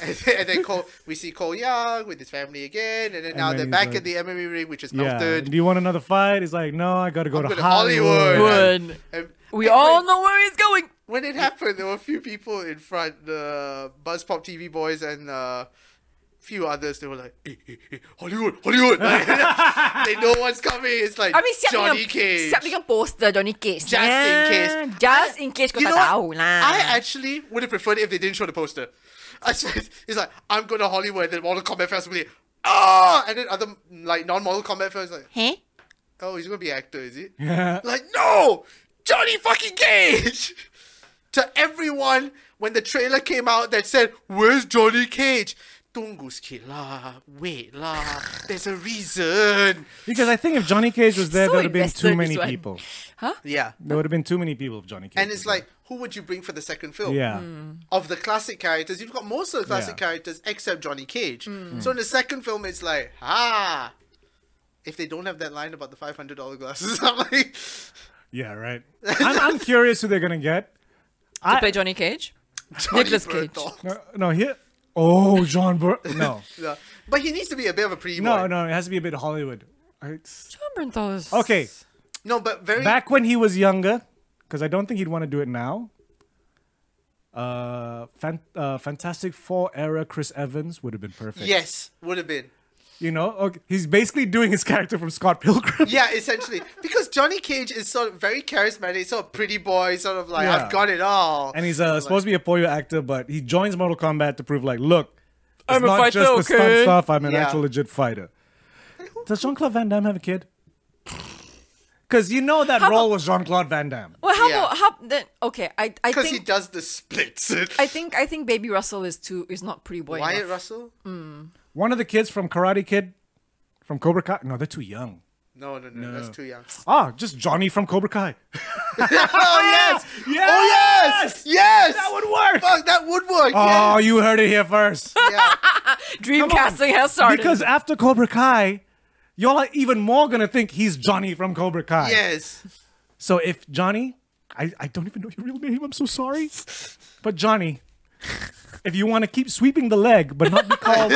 B: and then Cole, we see Cole Young with his family again, and then now
C: then
B: they're
C: he's
B: back
C: like-
B: in the MMA ring, which is
C: Yeah.
B: melted.
C: Do you want another fight? He's like, no, I gotta go
B: I'm
C: to
B: going to
C: Hollywood.
B: Hollywood.
A: Good.
B: And-
A: We
B: and
A: all
B: when-
A: know where he's going.
B: when it happened, there were a few people in front, the Buzzpop TV boys and uh, few others. They were like, "Eh, eh, eh, Hollywood, Hollywood. Like, they know what's coming. It's like
A: I mean, siap
B: Johnny
A: dengan,
B: Cage.
A: siap dengan poster Johnny Cage.
B: Just in case.
A: Just in case kau
B: You
A: tak tahu
B: know what?
A: lah.
B: I actually would have preferred if they didn't show the poster. I said, it's like, I'm going to Hollywood. And then Mortal Kombat fans will be like, ah! And then other like non-Mortal Kombat fans like,
A: Huh?
B: oh, he's going to be an actor, is he? Like, no! Johnny fucking Cage! to everyone when the trailer came out that said, Where's Johnny Cage? Don't skit lah. Wait lah. There's a reason.
C: Because I think if Johnny Cage was there,
A: So
C: there would have been
A: invested
C: too
A: in
C: many
A: this one.
C: people.
B: Yeah.
C: There would have been too many people if Johnny Cage.
B: And it's oh.
C: was there.
B: like, who would you bring for the second film?
C: yeah,
A: Hmm. Mm.
B: Of the classic characters, you've got most of the classic
C: Yeah. Mm.
B: characters except Johnny Cage.
A: Mm.
B: So in the second film, it's like, ah. If they don't have that line about the five hundred dollar glasses, I'm like,
C: yeah, right. I'm, I'm curious who they're gonna get.
A: To
C: I-
A: play Johnny Cage?
B: Johnny
A: Nicolas Cage.
B: Bernthal.
C: No, no here. Oh, John Bur. No,
B: Yeah. But he needs to be a bit of a pre
C: no, no. It has to be a bit Hollywood. It's-
A: John Bernthal is.
C: Okay,
B: No, but very
C: back when he was younger, because I don't think he'd want to do it now. Uh, fan- uh, Fantastic Four era Chris Evans would have been perfect.
B: yes would have been.
C: you know, okay, he's basically doing his character from Scott Pilgrim.
B: Yeah, essentially because Johnny Cage is sort of very charismatic, sort of pretty boy, sort of like
C: Yeah.
B: I've got it all.
C: and he's uh, supposed to be a Poyo actor, but he joins Mortal Kombat to prove, like, look, it's
A: I'm a
C: not
A: fighter,
C: just the stunt
A: okay?
C: stuff. I'm an
B: Yeah.
C: actual legit fighter. Does Jean Claude Van Damme have a kid? Because you know that role was Jean Claude Van Damme.
A: Well, how
B: Yeah.
A: about how then? Okay, I I
B: because he
A: think
B: does the splits.
A: I think I think Baby Russell is too is not pretty boy.
B: Wyatt
A: enough.
B: Russell?
C: One of the kids from Karate Kid, from Cobra Kai. No, they're too young.
B: No, no, no, that's too young.
C: Ah, just Johnny from Cobra Kai.
B: oh yes! Oh
C: Yes!
B: yes! Yes!
C: That would work!
B: Fuck, that would work.
C: Oh,
B: yes!
C: you heard it here first.
B: yeah.
A: Dream casting has started.
C: Because after Cobra Kai, y'all are even more gonna think he's Johnny from Cobra Kai.
B: Yes.
C: So if Johnny, I, I don't even know your real name, I'm so sorry. But Johnny, if you want to keep sweeping the leg, but not be called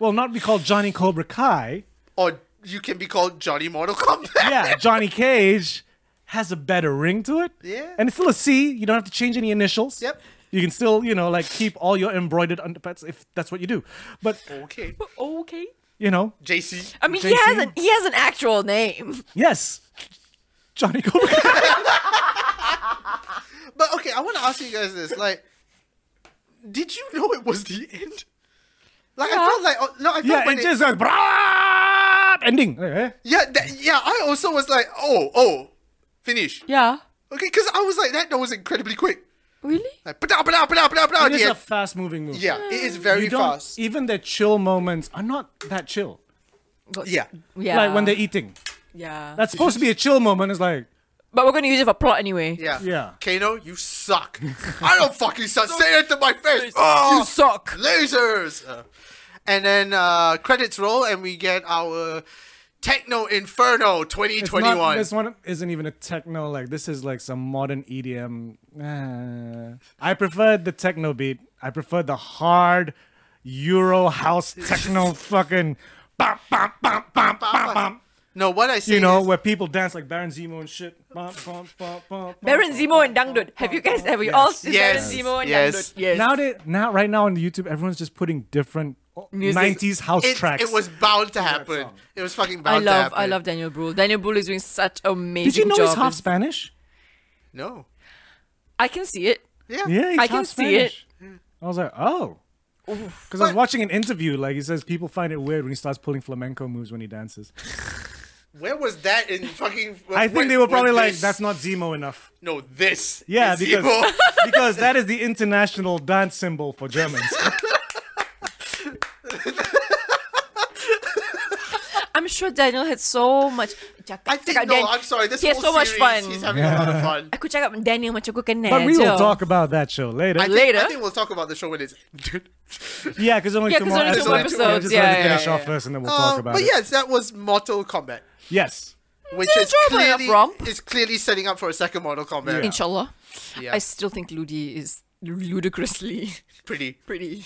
C: Well, not be called Johnny Cobra Kai,
B: Or you can be called Johnny Mortal Kombat.
C: yeah, Johnny Cage has a better ring to it.
B: Yeah.
C: And it's still a C. You don't have to change any initials.
B: Yep.
C: You can still, you know, like keep all your embroidered underpants if that's what you do. But
B: Okay.
A: Oh, okay.
C: you know,
B: JC.
A: I mean, he
C: JC?
A: has an he has an actual name.
C: yes. Johnny Cobra Kai.
B: But okay, I want to ask you guys this. Like, did you know it was the end? Like, I felt like, oh, no, I felt
C: yeah,
B: when
C: it just like ending. Eh?
B: yeah, that, yeah, I also was like, oh, oh, finish.
A: Yeah.
B: Okay, because I was like, that, that was incredibly quick.
A: Really?
B: Like, pa-da, pa-da, pa-da, pa-da, pa-da,
C: It
B: the
C: is a
B: end.
C: fast moving movie.
B: yeah, it is very
C: You don't-
B: fast.
C: Even the chill moments are not that chill.
B: Yeah.
A: Yeah.
C: Like when they're eating.
A: Yeah.
C: That's supposed to be a chill moment. It's like,
A: but we're gonna use it for plot anyway.
B: Yeah.
C: Yeah.
B: Kano, you suck. I don't fucking suck. Say it to my face. Oh,
A: You suck.
B: Lasers. Uh, and then uh, credits roll, and we get our Techno Inferno
C: it's
B: 2021.
C: not, this one isn't even a techno. Like, this is like some modern EDM. Ah. I preferred the techno beat. I preferred the hard Euro house techno fucking. Bum, bum, bum, bum, bum, bum.
B: no, what I see
C: You know,
B: is-
C: where people dance like Baron Zemo and shit. Bum, bum, bum, bum,
A: Baron
C: bum,
A: Zemo and
C: bum, bum,
A: Dangdut. Have you guys?
C: bum.
A: Have you
C: Yes.
A: all seen
B: Yes.
A: Baron Zemo and
B: Yes.
A: Dangdut? Yes.
C: Now that now right now on YouTube, everyone's just putting different
A: Music.
C: nineties house
B: it,
C: tracks.
B: it was bound to happen. It was fucking
A: I
B: bound to
A: love
B: happen.
A: I love Daniel Brühl. Daniel Brühl is doing such amazing
C: Did you know
A: job.
C: he's half
A: in-
C: Spanish?
B: No.
A: I can see it.
B: Yeah.
C: Yeah, he's
A: I can
C: half
A: see it.
C: Spanish. I was like, oh. Because I was
B: But-
C: watching an interview, like he says, people find it weird when he starts pulling flamenco moves when he dances.
B: Where was that in fucking?
C: I think they were probably like, "That's not Zemo enough."
B: No, this.
C: Yeah,
B: is
C: because
B: evil.
C: because that is the international dance symbol for Germans.
A: I'm sure Daniel had so much.
B: I think no. I'm sorry. This
A: he has so
B: whole
A: much
B: series,
A: fun.
B: He's having a lot of fun.
A: Aku cakap Daniel macam aku kena
C: but we
A: je.
C: will talk about that show later.
B: I think, I
A: Later.
B: think we'll talk about the show when it's ended.
C: yeah, because only
A: Yeah,
C: two
A: 'cause
C: more
A: only two
B: more
C: Yeah,
A: episodes.
C: just
A: Yeah,
C: let it
A: yeah,
C: finish
A: yeah,
C: off
A: yeah.
C: first, and then we'll
B: Uh,
C: talk about
B: but
C: it.
B: yes, that was Mortal Kombat,
C: Yes.
B: which
A: Yeah,
B: is
A: enjoyable enough
B: clearly
A: romp.
B: is clearly setting up for a second Mortal Kombat.
C: Yeah.
A: Inshallah.
B: Yeah.
A: I still think Ludi is ludicrously
B: Pretty.
A: pretty.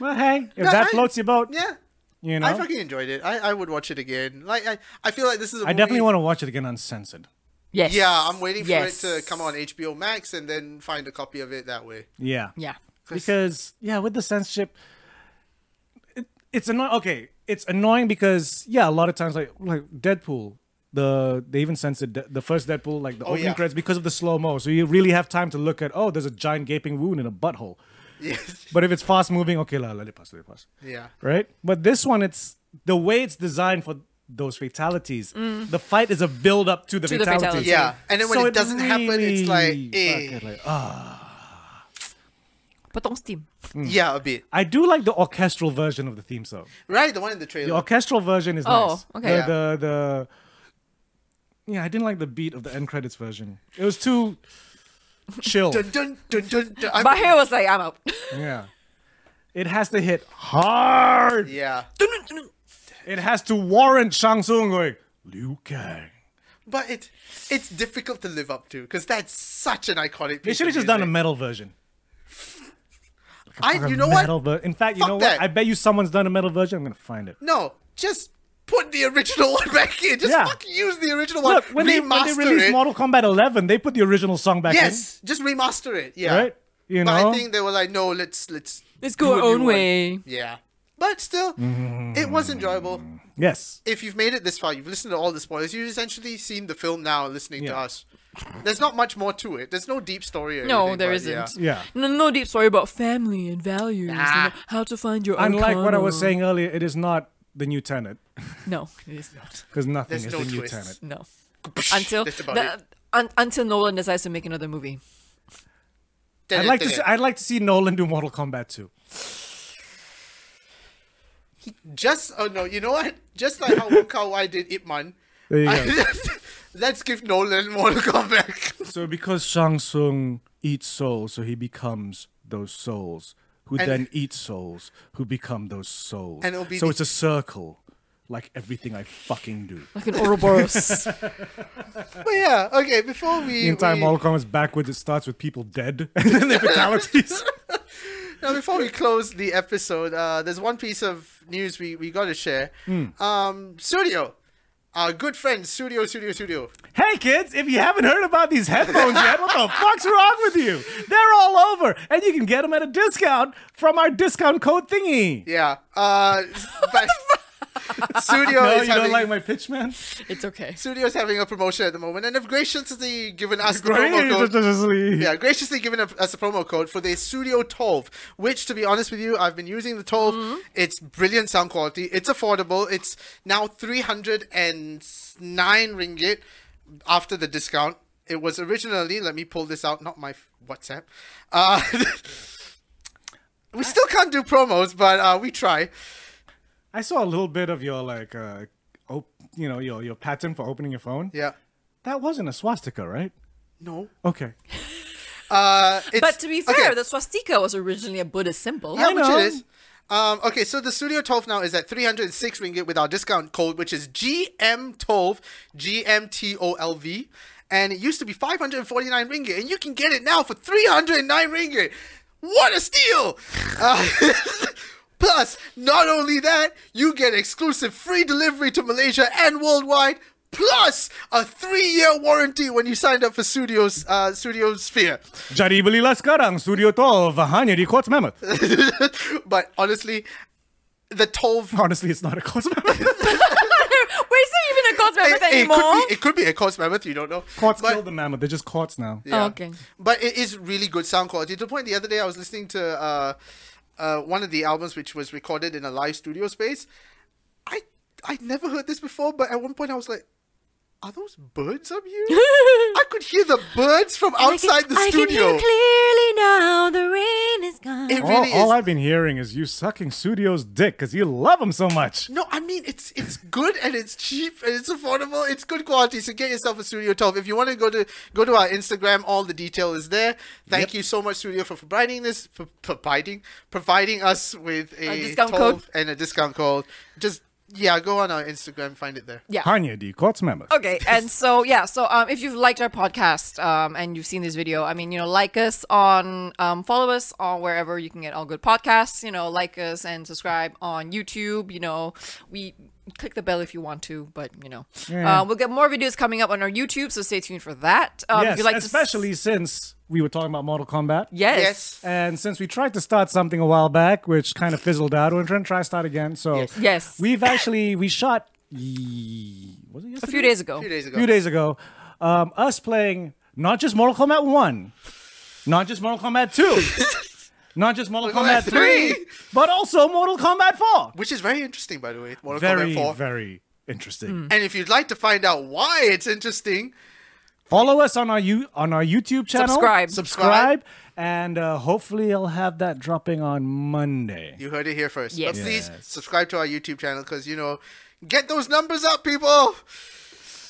C: Well, hey, if
B: No,
C: that
B: I-
C: floats your boat,
B: Yeah.
C: you know.
B: I fucking enjoyed it. I, I would watch it again. Like I, I feel like this is. I
C: I definitely want to watch it again uncensored.
A: Yes.
B: Yeah, I'm waiting for
A: yes.
B: it to come on HBO Max and then find a copy of it that way.
C: Yeah.
A: Yeah.
C: Because yeah, with the censorship, it, it's annoying. Okay, it's annoying because yeah, a lot of times like like Deadpool, the they even censored De- the first Deadpool like the opening
B: Oh, yeah.
C: credits because of the slow mo. So you really have time to look at oh, there's a giant gaping wound in a butthole.
B: Yes.
C: But if it's fast moving, okay, la, let it pass, let it pass.
B: Yeah.
C: Right. But this one, it's the way it's designed for those fatalities. The fight is a build up Mm. to the
A: To the fatality.
C: fatalities.
B: Yeah. And then when
C: So
B: eh. it doesn't happen, it's
C: really
B: like,
C: fucking
B: eh.
C: like, ah.
A: Patong steam.
B: Yeah, a bit.
C: I do like the orchestral version of the theme song.
B: Right, the one in the
C: The
B: trailer.
C: orchestral version is
A: Oh,
C: nice.
A: okay.
C: The, the the yeah, I didn't like the beat of the end credits version. It was too chill.
B: Dun dun dun dun. dun. I'm-
A: Bahir was like, I'm out.
C: yeah, it has to hit hard.
B: yeah,
C: It has to warrant Shang Tsung going Liu Kang.
B: but it's it's difficult to live up to because that's such an iconic.
C: They
B: piece
C: should have
B: of
C: just done a
B: music.
C: metal version.
B: I,
C: Like a
B: you know what?
C: metal Ver- In fact, you
B: Fuck
C: know
B: that.
C: what? I bet you someone's done a metal version. I'm gonna find it.
B: No, just put the original one back in. Just
C: Yeah.
B: fucking use the original
C: Look,
B: one.
C: when they, when they
B: Remaster
C: released
B: it.
C: Mortal Kombat 11, they put the original song back
B: Yes, just remaster it.
C: in,
B: Yeah.
C: right? You
B: But
C: know,
B: I think they were like, no, let's let's
A: Let's
B: do
A: go
B: what
A: our
B: you
A: own
B: want.
A: way.
B: Yeah, but still, it was enjoyable.
C: yes.
B: If you've made it this far, you've listened to all the spoilers. You've essentially seen the film now, listening to
C: Yeah.
B: us. There's not much more to it. There's no deep story. Or
A: No,
B: anything,
A: there
B: but
A: isn't.
C: Yeah.
A: No, no deep story about family and values.
B: Nah.
A: And how to find your own.
C: Unlike what I was
A: karma.
C: saying earlier, it is not the new Tenet
A: No, it is not.
C: because nothing
B: There's
C: is
B: no
C: the new
B: twists.
C: Tenet.
A: No. Until
B: That's about
A: the- un- until Nolan decides to make another movie.
B: Then
C: I'd
B: it-
C: like to.
B: then
C: See,
B: it-
C: I'd like to see Nolan do Mortal Kombat 2.
B: just oh no, you know what? Just like how Wu Kar Wai did Ip Man.
C: There you go.
B: Let's give Nolan Mortal Kombat.
C: so because Shang Tsung eats souls, so he becomes those souls, who
B: And-
C: then eat souls, who become those souls.
B: And it'll be
C: so
B: the-
C: it's a circle, like everything I fucking do.
A: Like an Ouroboros.
B: but yeah, okay. Before we,
C: The entire
B: we-
C: Mortal Kombat's backwards. It starts with people dead and then the fatalities.
B: Now, before we close the episode, uh, there's one piece of news we, we got to share.
C: Hmm.
B: Um, Studio, our good friend Studio, Studio, Studio.
C: Hey kids, if you haven't heard about these headphones yet, what the fuck's wrong with you? They're all over, and you can get them at a discount from our discount code thingy.
B: Yeah. Uh, but Studio
C: No,
B: is
C: you
B: having
C: don't like my pitch, man.
A: it's okay.
B: Studio's having a promotion at the moment, and have graciously given us the promo code.
C: yeah.
B: Yeah, graciously given us a promo code for the Studio 12, which, to be honest with you, I've been using the 12.
C: Mm-hmm.
B: It's brilliant sound quality. It's affordable. It's now 309 ringgit after the discount. It was originally, let me pull this out, not my WhatsApp. Uh, we still can't do promos, but uh, we try.
C: I saw a little bit of your like, uh, op- you know, your your pattern for opening your phone.
B: Yeah.
C: That wasn't a swastika, right?
B: No.
C: Okay.
B: Uh, it's-
A: But to be
B: okay.
A: fair, the swastika was originally a Buddhist symbol.
B: Yeah,
C: I
B: which
C: know.
B: it is. Um, okay, so the Studio 12 now is at 306 ringgit with our discount code, which is GM12, G-M-T-O-L-V. And it used to be 549 ringgit, and you can get it now for 309 ringgit. What a steal! Uh, plus, not only that, you get exclusive free delivery to Malaysia and worldwide, plus a three-year warranty when you signed up for Studios, uh, Studio Sphere.
C: Jadi belilah sekarang studio tol hanya di Quartz Mammoth.
B: but honestly, the 12
C: Honestly, it's not a Quartz Mammoth.
A: Where is it even a God's
B: it,
A: Mammoth
B: it
A: anymore?
B: could be it could be a Quartz Mammoth, you don't know.
C: Quartz
B: but,
C: killed the mammoth. They're just Quartz now.
A: Oh, okay.
B: But it is really good sound quality. To the point the other day I was listening to uh, uh, one of the albums which was recorded in a live studio space. I I never heard this before, but at one point I was like, Are those birds up here? I could hear the birds from outside the studio.
A: clearly now. The rain is gone.
B: it
C: All,
B: really
C: all
B: is.
C: I've been hearing is you sucking Studio's dick because you love him so much.
B: No, I mean it's it's good and it's cheap and it's affordable. It's good quality. So get yourself a Studio 12. If you want to go to go to our Instagram, all the detail is there. Thank
C: Yep.
B: you so much, Studio, for providing this for providing providing us with a,
A: discount
B: 12
A: code.
B: and a discount code. Just yeah, go on our Instagram, find it there.
A: yeah.
C: Hanya di Quartz Mammoth.
A: Okay, and so yeah, so um, if you've liked our podcast um, and you've seen this video, I mean, you know, like us on, um, follow us on wherever you can get all good podcasts. You know, like us and subscribe on YouTube. You know, we click the bell if you want to, but you know, uh, we'll get more videos coming up on our YouTube, so stay tuned for that. Um,
C: yes,
A: if you like to s-
C: especially since we were talking about Mortal Kombat.
A: yes,
B: Yes.
C: And since we tried to start something a while back, which kind of fizzled out, we're trying to try start again. So
B: Yes.
A: Yes.
C: we've actually we shot ye- was it
A: a
C: yesterday?
A: few days ago.
B: A few days ago.
C: few days ago, um, us playing not just Mortal Kombat one, not just Mortal Kombat two, not just Mortal
B: Mortal Kombat
C: Kombat three,
B: three.
C: but also Mortal Kombat four.
B: Which is very interesting by the way. Mortal
C: Very
B: Kombat 4.
A: Hmm.
C: very interesting.
B: And if you'd like to find out why it's interesting,
C: Follow us on our you on our YouTube channel.
A: Subscribe.
C: Subscribe. And uh, hopefully, I'll have that dropping on Monday.
B: You heard it here first.
A: Yes.
B: But please
C: Yes.
B: subscribe to our YouTube channel because you know, get those numbers up, people.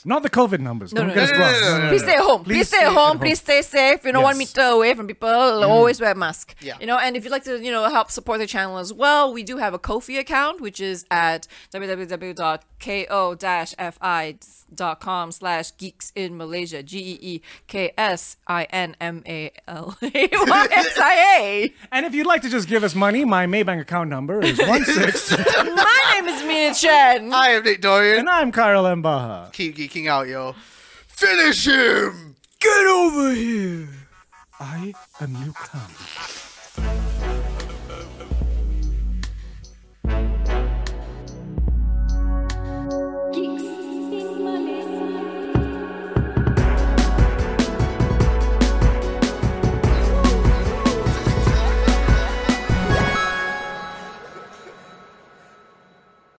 C: Not the COVID numbers.
A: No,
C: Don't
A: no,
C: get
A: no,
C: us
B: no,
C: wrong.
B: no, no, no,
A: Please stay at home. Please, stay at home. Please stay safe. You know, one
C: Yes.
A: meter away from people. Always wear a mask.
B: Yeah.
A: You know, and if you'd like to, you know, help support the channel as well, we do have a Kofi account, which is at www.ko-fi.com slash geeks in Malaysia. E G-E-E-K-S-I-N-M-A-L-A-Y-S-I-A.
C: And if you'd like to just give us money, my Maybank account number is one six,
A: My name is Mina Chen.
B: I am Nick Dorian.
C: and I'm Kyle Mbaha.
B: Keep geeking out, yo. Finish him.
C: Get over here. I am Luke Thomas.